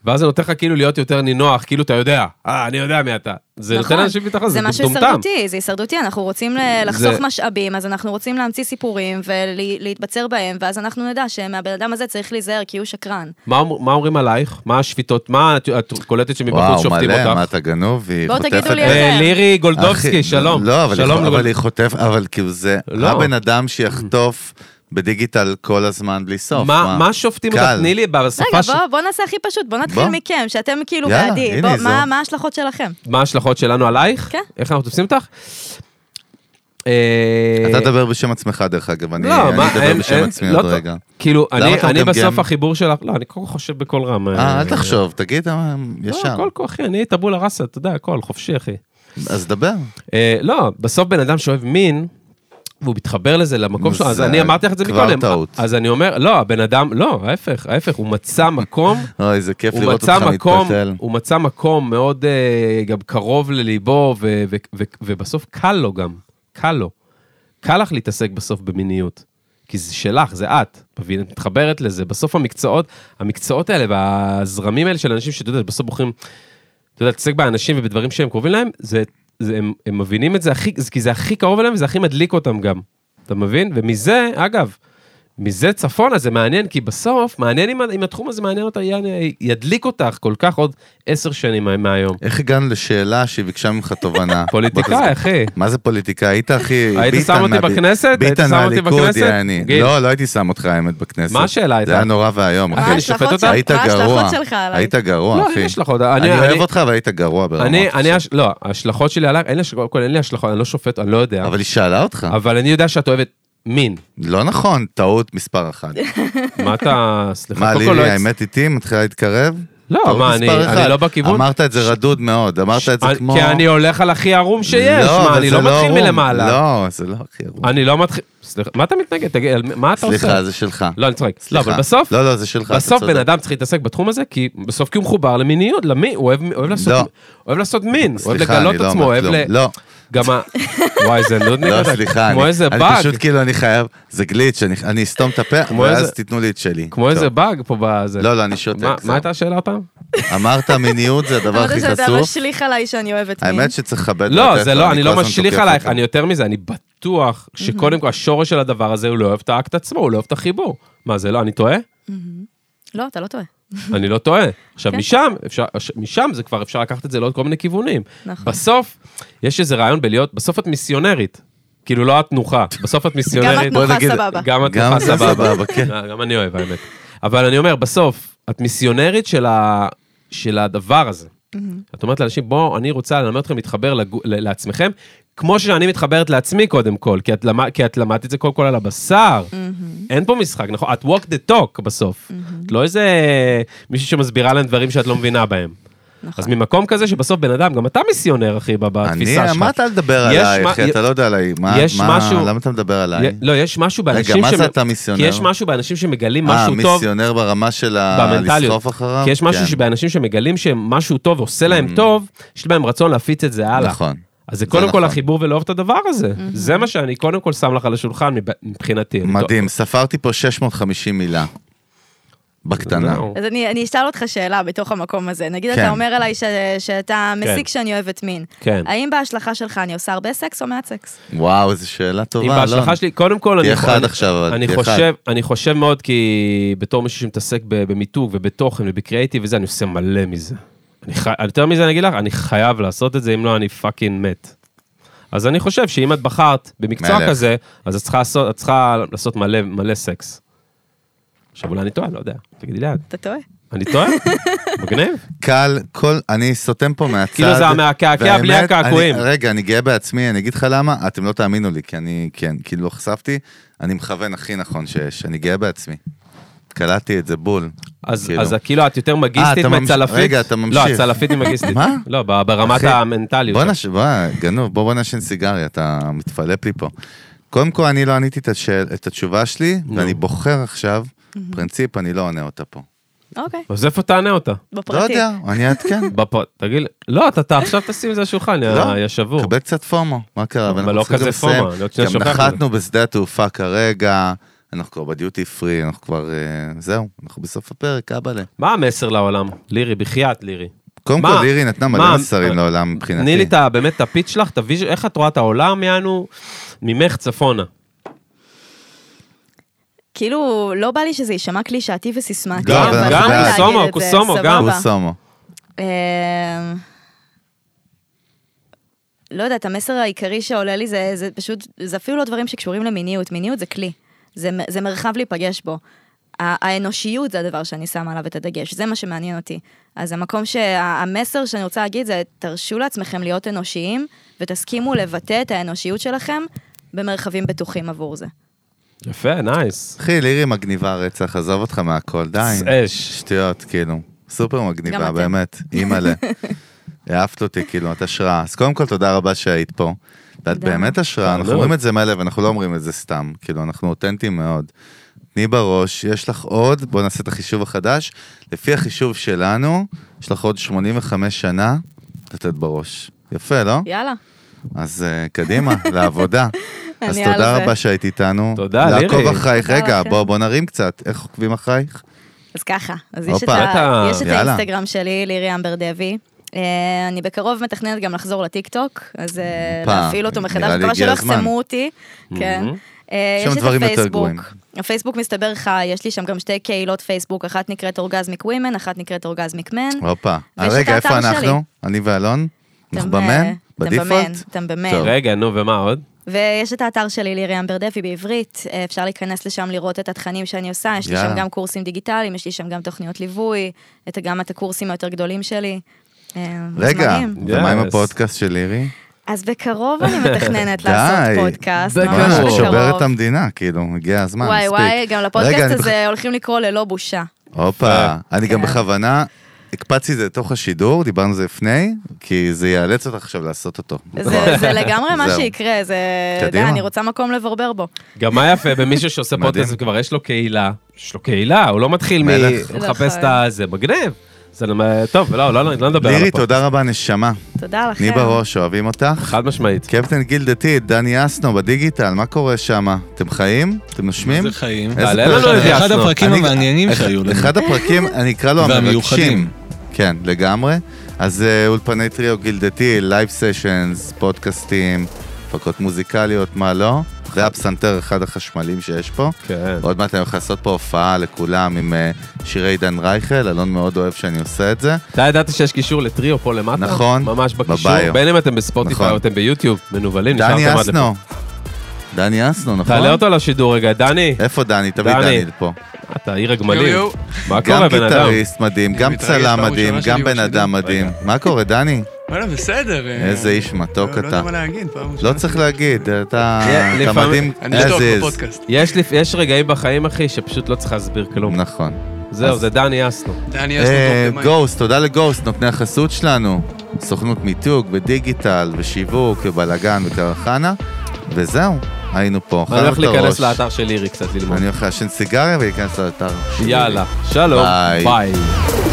Speaker 1: ואז זה נותן לך כאילו להיות יותר נינוח, כאילו אתה יודע, אה, אני יודע מי אתה. זה
Speaker 4: נכון.
Speaker 1: נותן לאנשים ביטחון, זה
Speaker 4: זה משהו
Speaker 1: דומטם.
Speaker 4: הישרדותי, זה הישרדותי, אנחנו רוצים ל- לחסוך משאבים, אז אנחנו רוצים להמציא סיפורים ולהתבצר בהם, ואז אנחנו נדע שמהבן אדם הזה צריך להיזהר כי הוא שקרן.
Speaker 1: מה אומר- מה אומרים עלייך? מה השפיטות? מה את- את קולטת שמבחוץ
Speaker 2: וואו,
Speaker 1: שופטים
Speaker 2: מלא, מה
Speaker 1: אותך?
Speaker 2: אתה גנוב? והיא
Speaker 4: בואו
Speaker 2: חוטפת...
Speaker 4: תגידו לי
Speaker 2: אה,
Speaker 1: אה,
Speaker 4: אתם.
Speaker 1: לירי גולדובסקי,
Speaker 2: אחי,
Speaker 1: שלום.
Speaker 2: לא, אבל,
Speaker 1: שלום
Speaker 2: היא,
Speaker 1: לגולד-
Speaker 2: אבל היא חוטף, אבל כאילו זה
Speaker 1: לא.
Speaker 2: הבן אדם שיחטוף בדיגיטל כל הזמן בלי סוף.
Speaker 1: מה מה שופטים אותך?
Speaker 2: קל.
Speaker 1: תני לי בשפה
Speaker 4: רגע,
Speaker 1: ש...
Speaker 4: בוא- בוא נעשה הכי פשוט, בוא נתחיל
Speaker 2: בוא.
Speaker 4: מכם, שאתם כאילו
Speaker 2: יאללה,
Speaker 4: בעדי.
Speaker 2: הנה,
Speaker 4: בוא,
Speaker 2: זו.
Speaker 4: מה מה ההשלכות שלכם?
Speaker 1: מה ההשלכות שלנו עלייך?
Speaker 4: כן.
Speaker 1: איך אנחנו תופסים אותך? אה,
Speaker 2: אתה תדבר בשם עצמך דרך אגב, אני,
Speaker 1: לא,
Speaker 2: אני
Speaker 1: מה,
Speaker 2: אדבר
Speaker 1: אין-
Speaker 2: בשם
Speaker 1: אין-
Speaker 2: עצמי
Speaker 1: לא
Speaker 2: עוד
Speaker 1: טוב.
Speaker 2: רגע.
Speaker 1: כאילו,
Speaker 2: למה
Speaker 1: אני-
Speaker 2: אתה
Speaker 1: אני
Speaker 2: מגמגם?
Speaker 1: בסוף החיבור שלך, לא, אני כל כך חושב בקול רם.
Speaker 2: אה, אל תחשוב, תגיד אה,
Speaker 1: לא,
Speaker 2: ישר.
Speaker 1: הכל כוחי, אני טבולה ראסה, אתה יודע, הכל, חופשי, אחי.
Speaker 2: אז דבר.
Speaker 1: אה, לא, בסוף בן אדם שאוהב מין, והוא מתחבר לזה למקום שלו, אז
Speaker 2: זה
Speaker 1: אני אמרתי לך את זה
Speaker 2: כבר
Speaker 1: מקודם.
Speaker 2: טעות.
Speaker 1: אז אני אומר, לא, הבן אדם, לא, ההפך, ההפך, הוא מצא מקום,
Speaker 2: אוי, איזה כיף
Speaker 1: הוא
Speaker 2: לראות
Speaker 1: מצא
Speaker 2: אותך
Speaker 1: מקום,
Speaker 2: מתפתל.
Speaker 1: הוא מצא מקום מאוד אה, גם קרוב לליבו, ו- ו- ו- ובסוף קל לו גם, קל לו. קל לך להתעסק בסוף במיניות, כי זה שלך, זה את, מבינה, את מתחברת לזה. בסוף המקצועות, המקצועות האלה והזרמים האלה של אנשים שאתה יודע, בסוף בוחרים, אתה יודע, להתעסק באנשים ובדברים שהם קרובים להם, זה, זה, הם, הם מבינים את זה הכי, זה, כי זה הכי קרוב אליהם וזה הכי מדליק אותם גם, אתה מבין? ומזה, אגב, מזה צפונה זה מעניין, כי בסוף, מעניין אם, אם התחום הזה מעניין אותה, יעני, ידליק אותך כל כך עוד עשר שנים מה- מהיום.
Speaker 2: איך הגענו לשאלה שהיא ביקשה ממך תובנה? בוא
Speaker 1: פוליטיקאי,
Speaker 2: תסביר.
Speaker 1: אחי.
Speaker 2: מה זה פוליטיקאי? היית הכי...
Speaker 1: היית
Speaker 2: ביטן
Speaker 1: שם אותי
Speaker 2: מהב-
Speaker 1: בכנסת? היית
Speaker 2: ביטן
Speaker 1: שם אותי
Speaker 2: מהליכוד,
Speaker 1: בכנסת?
Speaker 2: יעני.
Speaker 1: גיל.
Speaker 2: לא, לא הייתי שם אותך, האמת, בכנסת.
Speaker 1: מה השאלה הייתה?
Speaker 2: זה היה נורא ואיום,
Speaker 4: מה
Speaker 1: אחי,
Speaker 2: אחי.
Speaker 1: אני שופט
Speaker 4: ההשלכות
Speaker 1: אותה?
Speaker 4: של-
Speaker 2: היית
Speaker 4: מה
Speaker 2: גרוע,
Speaker 4: ההשלכות שלך עליי?
Speaker 2: היית גרוע,
Speaker 1: לא,
Speaker 2: אחי.
Speaker 1: אין השלכות.
Speaker 2: אני אוהב אותך והיית גרוע ברמות.
Speaker 1: אני, אני, הש- לא, ההשלכות שלי עלייך, אין לי, הש- קודם כל אין לי השלכות, אני לא שופט, אני לא יודע,
Speaker 2: אבל היא שאלה אותך.
Speaker 1: אבל אני יודע שאת אוהבת מין.
Speaker 2: לא נכון, טעות מספר אחת.
Speaker 1: מה אתה, סליחה,
Speaker 2: מה,
Speaker 1: קודם כל לא
Speaker 2: לירי,
Speaker 1: הצ-
Speaker 2: האמת איתי? מתחילה להתקרב?
Speaker 1: לא,
Speaker 2: טעות
Speaker 1: מה,
Speaker 2: מספר
Speaker 1: אני-
Speaker 2: אחד.
Speaker 1: אני לא בכיוון.
Speaker 2: אמרת את זה רדוד מאוד, אמרת את זה
Speaker 1: אני-
Speaker 2: כמו...
Speaker 1: כי אני הולך על הכי ערום שיש,
Speaker 2: לא, אבל
Speaker 1: מה, אני
Speaker 2: זה
Speaker 1: לא מתחיל
Speaker 2: ערום.
Speaker 1: מלמעלה.
Speaker 2: לא, זה לא הכי ערום.
Speaker 1: אני לא מתחיל... סליחה, מה אתה מתנגד? תגיד, על מה אתה עושה?
Speaker 2: סליחה, זה שלך.
Speaker 1: לא, אני צוחק. לא,
Speaker 2: סליחה.
Speaker 1: אבל בסוף,
Speaker 2: לא, לא, זה שלך. אתה
Speaker 1: בסוף
Speaker 2: צודק.
Speaker 1: בן אדם צריך להתעסק בתחום הזה, כי בסוף כי הוא מחובר למיניות, למי, הוא אוהב- אוהב לעשות-
Speaker 2: לא.
Speaker 1: אוהב לעשות מין, אוהב
Speaker 2: סליחה,
Speaker 1: לגלות
Speaker 2: אני לא
Speaker 1: עצמו,
Speaker 2: אומר
Speaker 1: אוהב
Speaker 2: כלום.
Speaker 1: ל...
Speaker 2: לא,
Speaker 1: גם ה... וואי, זה נודניק,
Speaker 2: לא,
Speaker 1: אתה-
Speaker 2: סליחה,
Speaker 1: כמו
Speaker 2: אני-
Speaker 1: איזה
Speaker 2: אני
Speaker 1: באג,
Speaker 2: פשוט כאילו, אני חייב, זה גליץ', אני- אני אסתום את הפה,
Speaker 1: כמו
Speaker 2: ואז
Speaker 1: איזה-
Speaker 2: תיתנו לי את שלי.
Speaker 1: כמו איזה
Speaker 2: טוב.
Speaker 1: באג פה בזה.
Speaker 2: לא, לא, אני שותק.
Speaker 1: מה-
Speaker 2: זהו.
Speaker 1: מה הייתה השאלה הפעם?
Speaker 2: אמרת מיניות זה הדבר
Speaker 4: אמרת
Speaker 2: הכי
Speaker 4: שאתה
Speaker 2: חשוף.
Speaker 4: משליך עליי שאני אוהבת מין.
Speaker 2: האמת שצריך לכבד
Speaker 1: לא,
Speaker 2: ולתת
Speaker 1: זה
Speaker 2: לו,
Speaker 1: לא, אני
Speaker 2: כל
Speaker 1: לא
Speaker 2: הזמן
Speaker 1: משליך
Speaker 2: תוקף
Speaker 1: עלייך,
Speaker 2: אותו.
Speaker 1: אני יותר מזה, אני בטוח שקודם כל השורש של הדבר הזה, הוא לא אוהב את האקט עצמו, הוא לא אוהב את החיבור. מה, זה לא, אני טועה?
Speaker 4: לא, אתה לא טועה.
Speaker 1: אני לא טועה. עכשיו,
Speaker 4: כן.
Speaker 1: משם, אפשר- ש- משם זה כבר אפשר לקחת את זה לעוד כל מיני כיוונים.
Speaker 4: נכון.
Speaker 1: בסוף, יש איזה רעיון בלהיות, בסוף את מיסיונרית. כאילו, לא את נוחה, בסוף את
Speaker 4: גם
Speaker 1: מיסיונרית.
Speaker 4: את
Speaker 2: בוא
Speaker 4: נוחה
Speaker 2: נגיד-
Speaker 4: סבבה.
Speaker 1: כאילו, גם את
Speaker 2: גם
Speaker 1: נוחה
Speaker 2: את נוחה
Speaker 1: סבבה.
Speaker 2: סבבה, כן.
Speaker 1: לא, גם אני אוהב, האמת. אבל אני אומר, בסוף, את מיסיונרית של ה- של הדבר הזה. את אומרת לאנשים, בואו, אני רוצה ללמד אתכם להתחבר לגו- ל- לעצמכם, כמו שאני מתחברת לעצמי קודם כל, כי את למד- כי את למדת את זה קודם כל על הבשר. אין פה משחק, נכון? את walk the talk בסוף. את לא איזה מישהי שמסבירה להם דברים שאת לא מבינה בהם. אז ממקום כזה שבסוף בן אדם, גם אתה מיסיונר, אחי, ב- בתפיסה שלך.
Speaker 2: אני, מה אתה מדבר
Speaker 1: יש
Speaker 2: עלייך?
Speaker 1: מה-
Speaker 2: אתה לא יודע עליי. מה,
Speaker 1: יש
Speaker 2: מה-
Speaker 1: משהו-
Speaker 2: למה אתה מדבר
Speaker 1: י-
Speaker 2: עליי?
Speaker 1: לא, יש משהו באנשים...
Speaker 2: רגע, מה
Speaker 1: שמ-
Speaker 2: זה אתה מיסיונר?
Speaker 1: כי יש משהו באנשים שמגלים
Speaker 2: אה,
Speaker 1: משהו טוב
Speaker 2: מיסיונר ברמה של ה-
Speaker 1: במנטליות.
Speaker 2: לסחוף אחריו?
Speaker 1: כי יש משהו
Speaker 2: כן. Mm.
Speaker 1: שבאנשים שמגלים שמשהו טוב ועושה להם טוב, יש בהם רצון להפיץ את זה הלאה.
Speaker 2: נכון.
Speaker 1: אז זה קודם כל
Speaker 2: נכון.
Speaker 1: החיבור ולאהוב את הדבר הזה. זה מה שאני קודם כל שם לך על השולחן מב- מבחינתי. אני
Speaker 2: מדהים, ספרתי פה 650 מילה.
Speaker 1: טוב.
Speaker 2: בקטנה.
Speaker 1: זהו.
Speaker 4: אז אני, אני אשאל אותך שאלה בתוך המקום הזה. נגיד
Speaker 2: כן.
Speaker 4: אתה אומר עליי ש, שאתה מסיק
Speaker 1: כן.
Speaker 4: שאני אוהבת מין.
Speaker 1: כן.
Speaker 4: האם בהשלכה שלך אני עושה הרבה סקס או מעט סקס?
Speaker 2: וואו, איזו שאלה טובה,
Speaker 1: אם
Speaker 2: אלון.
Speaker 1: בהשלכה שלי, קודם כל,
Speaker 2: תהיה
Speaker 1: אני-
Speaker 2: חד
Speaker 1: אני-
Speaker 2: עכשיו, אבל
Speaker 1: אני
Speaker 2: תהיה
Speaker 1: חושב, אני חושב מאוד, כי בתור מישהו שמתעסק ב- במיתוג ובתוכן ובקריאיטיב וזה, אני עושה מלא מזה. אני חי- יותר מזה אני אגיד לך, אני חייב לעשות את זה, אם לא אני פאקינג מת. אז אני חושב שאם את בחרת במקצוע
Speaker 2: מלך.
Speaker 1: כזה, אז את צריכה לעשות- את צריכה לעשות מלא מלא סקס. עכשיו אולי אני טועה, לא יודע, תגידי ליד.
Speaker 4: אתה טועה?
Speaker 1: אני טועה? מגניב.
Speaker 2: קל, כל, אני סותם פה מהצד.
Speaker 1: כאילו זה המעקעקע בלי
Speaker 2: והאמת,
Speaker 1: הקעקועים.
Speaker 2: אני- רגע, אני גאה בעצמי, אני אגיד לך למה, אתם לא תאמינו לי, כי אני, כן, כאילו לא חשפתי, אני מכוון הכי נכון שיש, אני גאה בעצמי. קלטתי את זה בול.
Speaker 1: אז
Speaker 2: כאילו.
Speaker 1: אז כאילו את יותר מגיסטית
Speaker 2: אתה ממש-
Speaker 1: מצלפית?
Speaker 2: רגע, אתה ממשיך.
Speaker 1: לא, הצלפית היא מגיסטית.
Speaker 2: מה?
Speaker 1: לא, ב- ברמת
Speaker 2: אחי,
Speaker 1: המנטליות.
Speaker 2: בוא נש... בוא, גנוב, בוא בוא נעשן סיגריה, אתה מתפלפ לי פה. קודם כל, אני לא עניתי את, השאל, את התשובה שלי,
Speaker 1: נו.
Speaker 2: ואני בוחר עכשיו, פרינציפ, אני לא עונה אותה פה.
Speaker 4: אוקיי,
Speaker 1: אז איפה תענה אותה?
Speaker 4: בפרטי.
Speaker 2: לא יודע, אני אעדכן.
Speaker 1: בפ... תגיד, לא, אתה, אתה עכשיו תשים את זה על השולחן,
Speaker 2: לא,
Speaker 1: יא שבור.
Speaker 2: קבל קצת פומו, מה קרה?
Speaker 1: אבל
Speaker 2: ואנחנו
Speaker 1: לא
Speaker 2: צריכים
Speaker 1: כזה
Speaker 2: גם לסיים.
Speaker 1: פומו, אני עוד שנייה
Speaker 2: גם
Speaker 1: שוכח
Speaker 2: נחתנו בשדה התעופה כרגע, אנחנו כבר בדיוטי פרי, אנחנו כבר, אה, זהו, אנחנו בסוף הפרק, אבאלה.
Speaker 1: מה המסר לעולם? לירי, בחייאת לירי.
Speaker 2: קודם
Speaker 1: מה?
Speaker 2: כל, לירי נתנה
Speaker 1: מה?
Speaker 2: מלא מסרים לעולם
Speaker 1: תני לי
Speaker 2: מבחינתי.
Speaker 1: את ה- באמת את הפיץ שלך, את הוויז'ן, איך את רואה את העולם, יענו, ממך צפונה.
Speaker 4: כאילו, לא בא לי שזה יישמע קלישאתי וסיסמאתי,
Speaker 2: לא,
Speaker 4: אבל
Speaker 2: אבל
Speaker 4: בא לי
Speaker 2: גם
Speaker 4: להגיד
Speaker 1: קוסומו,
Speaker 4: את זה,
Speaker 1: קוסומו, גם.
Speaker 4: סבבה.
Speaker 2: קוסומו.
Speaker 4: אמ, לא יודעת, המסר העיקרי שעולה לי זה, זה פשוט, זה אפילו לא דברים שקשורים למיניות, מיניות זה כלי, זה, מ- זה מרחב להיפגש בו. ה- האנושיות זה הדבר שאני שמה עליו את הדגש, זה מה שמעניין אותי. אז המקום שהמסר שאני רוצה להגיד זה, תרשו לעצמכם להיות אנושיים, ותסכימו לבטא את האנושיות שלכם במרחבים בטוחים עבור זה.
Speaker 1: יפה, נייס.
Speaker 2: אחי, לירי מגניבה רצח, עזוב אותך מהכל, די.
Speaker 1: זה אש.
Speaker 2: שטויות, כאילו. סופר
Speaker 4: גם
Speaker 2: מגניבה,
Speaker 4: אתם.
Speaker 2: באמת. אימא'לה. העפת אותי, כאילו, את השראה. אז קודם כל, תודה רבה שהיית פה. ואת
Speaker 4: תודה.
Speaker 2: באמת השראה, אנחנו
Speaker 1: תודה.
Speaker 2: אומרים את זה מהלב, אנחנו לא אומרים את זה סתם. כאילו, אנחנו אותנטיים מאוד. תני בראש, יש לך עוד, בואו נעשה את החישוב החדש. לפי החישוב שלנו, יש לך עוד 85 שנה לתת בראש. יפה, לא?
Speaker 4: יאללה.
Speaker 2: אז אה, קדימה, לעבודה. אז
Speaker 4: אני על
Speaker 2: תודה
Speaker 4: זה.
Speaker 2: רבה שהיית איתנו.
Speaker 1: תודה, לירי.
Speaker 2: לעקוב אחרייך.
Speaker 4: תודה
Speaker 2: רגע,
Speaker 4: לכם.
Speaker 2: בוא בוא נרים קצת. איך עוקבים אחרייך?
Speaker 4: אז ככה, אז יש את,
Speaker 2: הופה.
Speaker 4: ה...
Speaker 1: בטח.
Speaker 4: יש את
Speaker 2: יאללה.
Speaker 4: האינסטגרם שלי, לירי אמבר דבי. אה, אני בקרוב מתכננת גם לחזור לטיקטוק, אז אה,
Speaker 2: הופה.
Speaker 4: להפעיל אותו מחדש,
Speaker 2: נראה לי
Speaker 4: מקווה
Speaker 2: הגיע
Speaker 4: שלא
Speaker 2: הזמן.
Speaker 4: יחסמו אותי. כן.
Speaker 1: מהמם.
Speaker 4: אה,
Speaker 2: שם
Speaker 4: יש את
Speaker 2: דברים יותר
Speaker 4: הפייסבוק.
Speaker 2: גרועים.
Speaker 4: הפייסבוק מסתבר חי, יש לי שם גם שתי קהילות פייסבוק, אחת נקראת אורגזמיק ווימן, אחת נקראת אורגזמיק מן.
Speaker 2: הופה.
Speaker 4: ויש את
Speaker 2: רגע, איפה
Speaker 4: האתר שלי.
Speaker 2: אנחנו? אני ואלון? אנחנו
Speaker 4: אתם,
Speaker 2: במן?
Speaker 4: אה,
Speaker 2: בדיפולט?
Speaker 4: אתם במן, אתם
Speaker 2: טוב.
Speaker 4: במן.
Speaker 1: רגע, נו, ומה עוד?
Speaker 4: ויש את האתר שלי, לירי אמבר דבי בעברית, אה, אפשר להיכנס לשם לראות את התכנים שאני עושה, יש לי
Speaker 2: יאללה.
Speaker 4: שם גם קורסים דיגיטליים, יש לי שם גם תוכניות ליווי, את- גם את הקורסים היותר גדולים שלי. אה,
Speaker 2: רגע,
Speaker 4: מוזמנים.
Speaker 2: ומה עם
Speaker 1: Yes.
Speaker 2: הפודקאסט של לירי?
Speaker 4: אז בקרוב אני מתכננת
Speaker 2: די.
Speaker 4: לעשות פודקאסט,
Speaker 1: בקרוב.
Speaker 4: ממש
Speaker 1: אה,
Speaker 2: את שוברת את
Speaker 4: לא. בקרוב.
Speaker 2: המדינה, כאילו, הגיע הזמן,
Speaker 4: וואי
Speaker 2: מספיק.
Speaker 4: וואי, גם
Speaker 2: רגע,
Speaker 4: לפודקאסט
Speaker 2: אני
Speaker 4: הזה הולכים לקרוא ללא בושה.
Speaker 2: בכ- הופה, אני גם
Speaker 4: כן.
Speaker 2: בכוונה הקפצתי את זה לתוך השידור, דיברנו על זה לפני, כי זה יאלץ אותך עכשיו לעשות אותו.
Speaker 4: זה- זה לגמרי מה
Speaker 2: זהו.
Speaker 4: שיקרה, זה... די,
Speaker 2: קדימה.
Speaker 4: אני רוצה מקום לברבר בו.
Speaker 1: גם מה יפה במישהו שעושה
Speaker 2: מדהים.
Speaker 1: פודקאסט, כבר יש לו קהילה, יש לו קהילה, הוא לא מתחיל מ...
Speaker 2: מלך.
Speaker 1: מחפש את ה... זה מגניב. זה נמ- טוב, לא, לא לא נדבר על
Speaker 2: לירי,
Speaker 1: הפודקאסט.
Speaker 2: תודה רבה, נשמה.
Speaker 4: תודה לכם.
Speaker 2: תני בראש, אוהבים אותך.
Speaker 1: חד משמעית.
Speaker 2: קפטן גילד דתי, דני אסנו בדיגיטל, מה קורה שם? אתם חיים? אתם נושמים?
Speaker 3: איזה חיים. לא,
Speaker 2: איזה
Speaker 1: תעלה לנו
Speaker 2: פרק.
Speaker 1: את זה,
Speaker 3: אחד
Speaker 1: אסנו.
Speaker 3: הפרקים
Speaker 2: אה, אני-
Speaker 3: המעניינים
Speaker 2: אח-
Speaker 3: שהיו לנו.
Speaker 2: אחד הפרקים, אני אקרא לו המרגשים.
Speaker 3: והמיוחדים.
Speaker 2: כן, לגמרי. אז אה, אולפני טריו גילדתי, לייב סשנס, פודקאסטים, הפקות מוזיקליות, מה לא. זה הפסנתר אחד החשמלים שיש פה.
Speaker 1: כן.
Speaker 2: עוד מעט אני הולך לעשות פה הופעה לכולם עם אה, שירי עידן רייכל, אלון מאוד אוהב שאני עושה את זה.
Speaker 1: אתה ידעת שיש קישור לטריו פה למטה?
Speaker 2: נכון,
Speaker 1: ממש בקישור,
Speaker 2: בביו.
Speaker 1: בין אם אתם בספוטיפיי
Speaker 2: נכון.
Speaker 1: או אתם ביוטיוב, מנוולים,
Speaker 2: דני נכון.
Speaker 1: נשארתם עד לפה.
Speaker 2: אסנו. דני אסנו, נכון?
Speaker 1: תעלה אותו לשידור רגע, דני,
Speaker 2: איפה דני? תביא
Speaker 1: דני.
Speaker 2: דני לפה.
Speaker 1: אתה עיר הגמלים.
Speaker 5: יו, יו.
Speaker 1: מה
Speaker 2: גם
Speaker 1: קורה, בן אדם?
Speaker 2: גיטריסט מדהים,
Speaker 5: אני
Speaker 2: גם
Speaker 5: מתרגש
Speaker 2: צלם
Speaker 5: פעם
Speaker 2: מדהים,
Speaker 5: ראשונה
Speaker 2: גם
Speaker 5: שלי
Speaker 2: בן אדם
Speaker 5: בשידור.
Speaker 2: מדהים. מה קורה, דני?
Speaker 5: וואלה, בסדר. אה,
Speaker 2: איזה איש מתוק
Speaker 5: לא- לא יודע
Speaker 2: אתה.
Speaker 5: מה להגיד, פעם ראשונה.
Speaker 2: לא צריך להגיד, אתה
Speaker 1: כן,
Speaker 2: אתה
Speaker 1: לפעמים-
Speaker 2: מדהים
Speaker 5: אה, אני אשתוק
Speaker 2: as is.
Speaker 5: בפודקאסט.
Speaker 1: יש לי- יש רגעים בחיים, אחי, שפשוט לא צריך להסביר כלום.
Speaker 2: נכון.
Speaker 1: זהו,
Speaker 2: אז-
Speaker 1: זה דני אסנו.
Speaker 5: דני,
Speaker 2: אה,
Speaker 5: יש לנו אוקיי, טוב
Speaker 2: גוסט, תודה לגוסט, נותני החסות שלנו. סוכנות מיתוג ודיגיטל ושיווק ובלאגן וקרחנה. וזהו, היינו פה.
Speaker 1: אני הולך
Speaker 2: אכלנו את
Speaker 1: להיכנס
Speaker 2: הראש.
Speaker 1: לאתר של לירי קצת ללמוד.
Speaker 2: אני הולך לעשן סיגריה ולהיכנס לאתר.
Speaker 1: יאללה, שלום,
Speaker 2: ביי.
Speaker 1: ביי.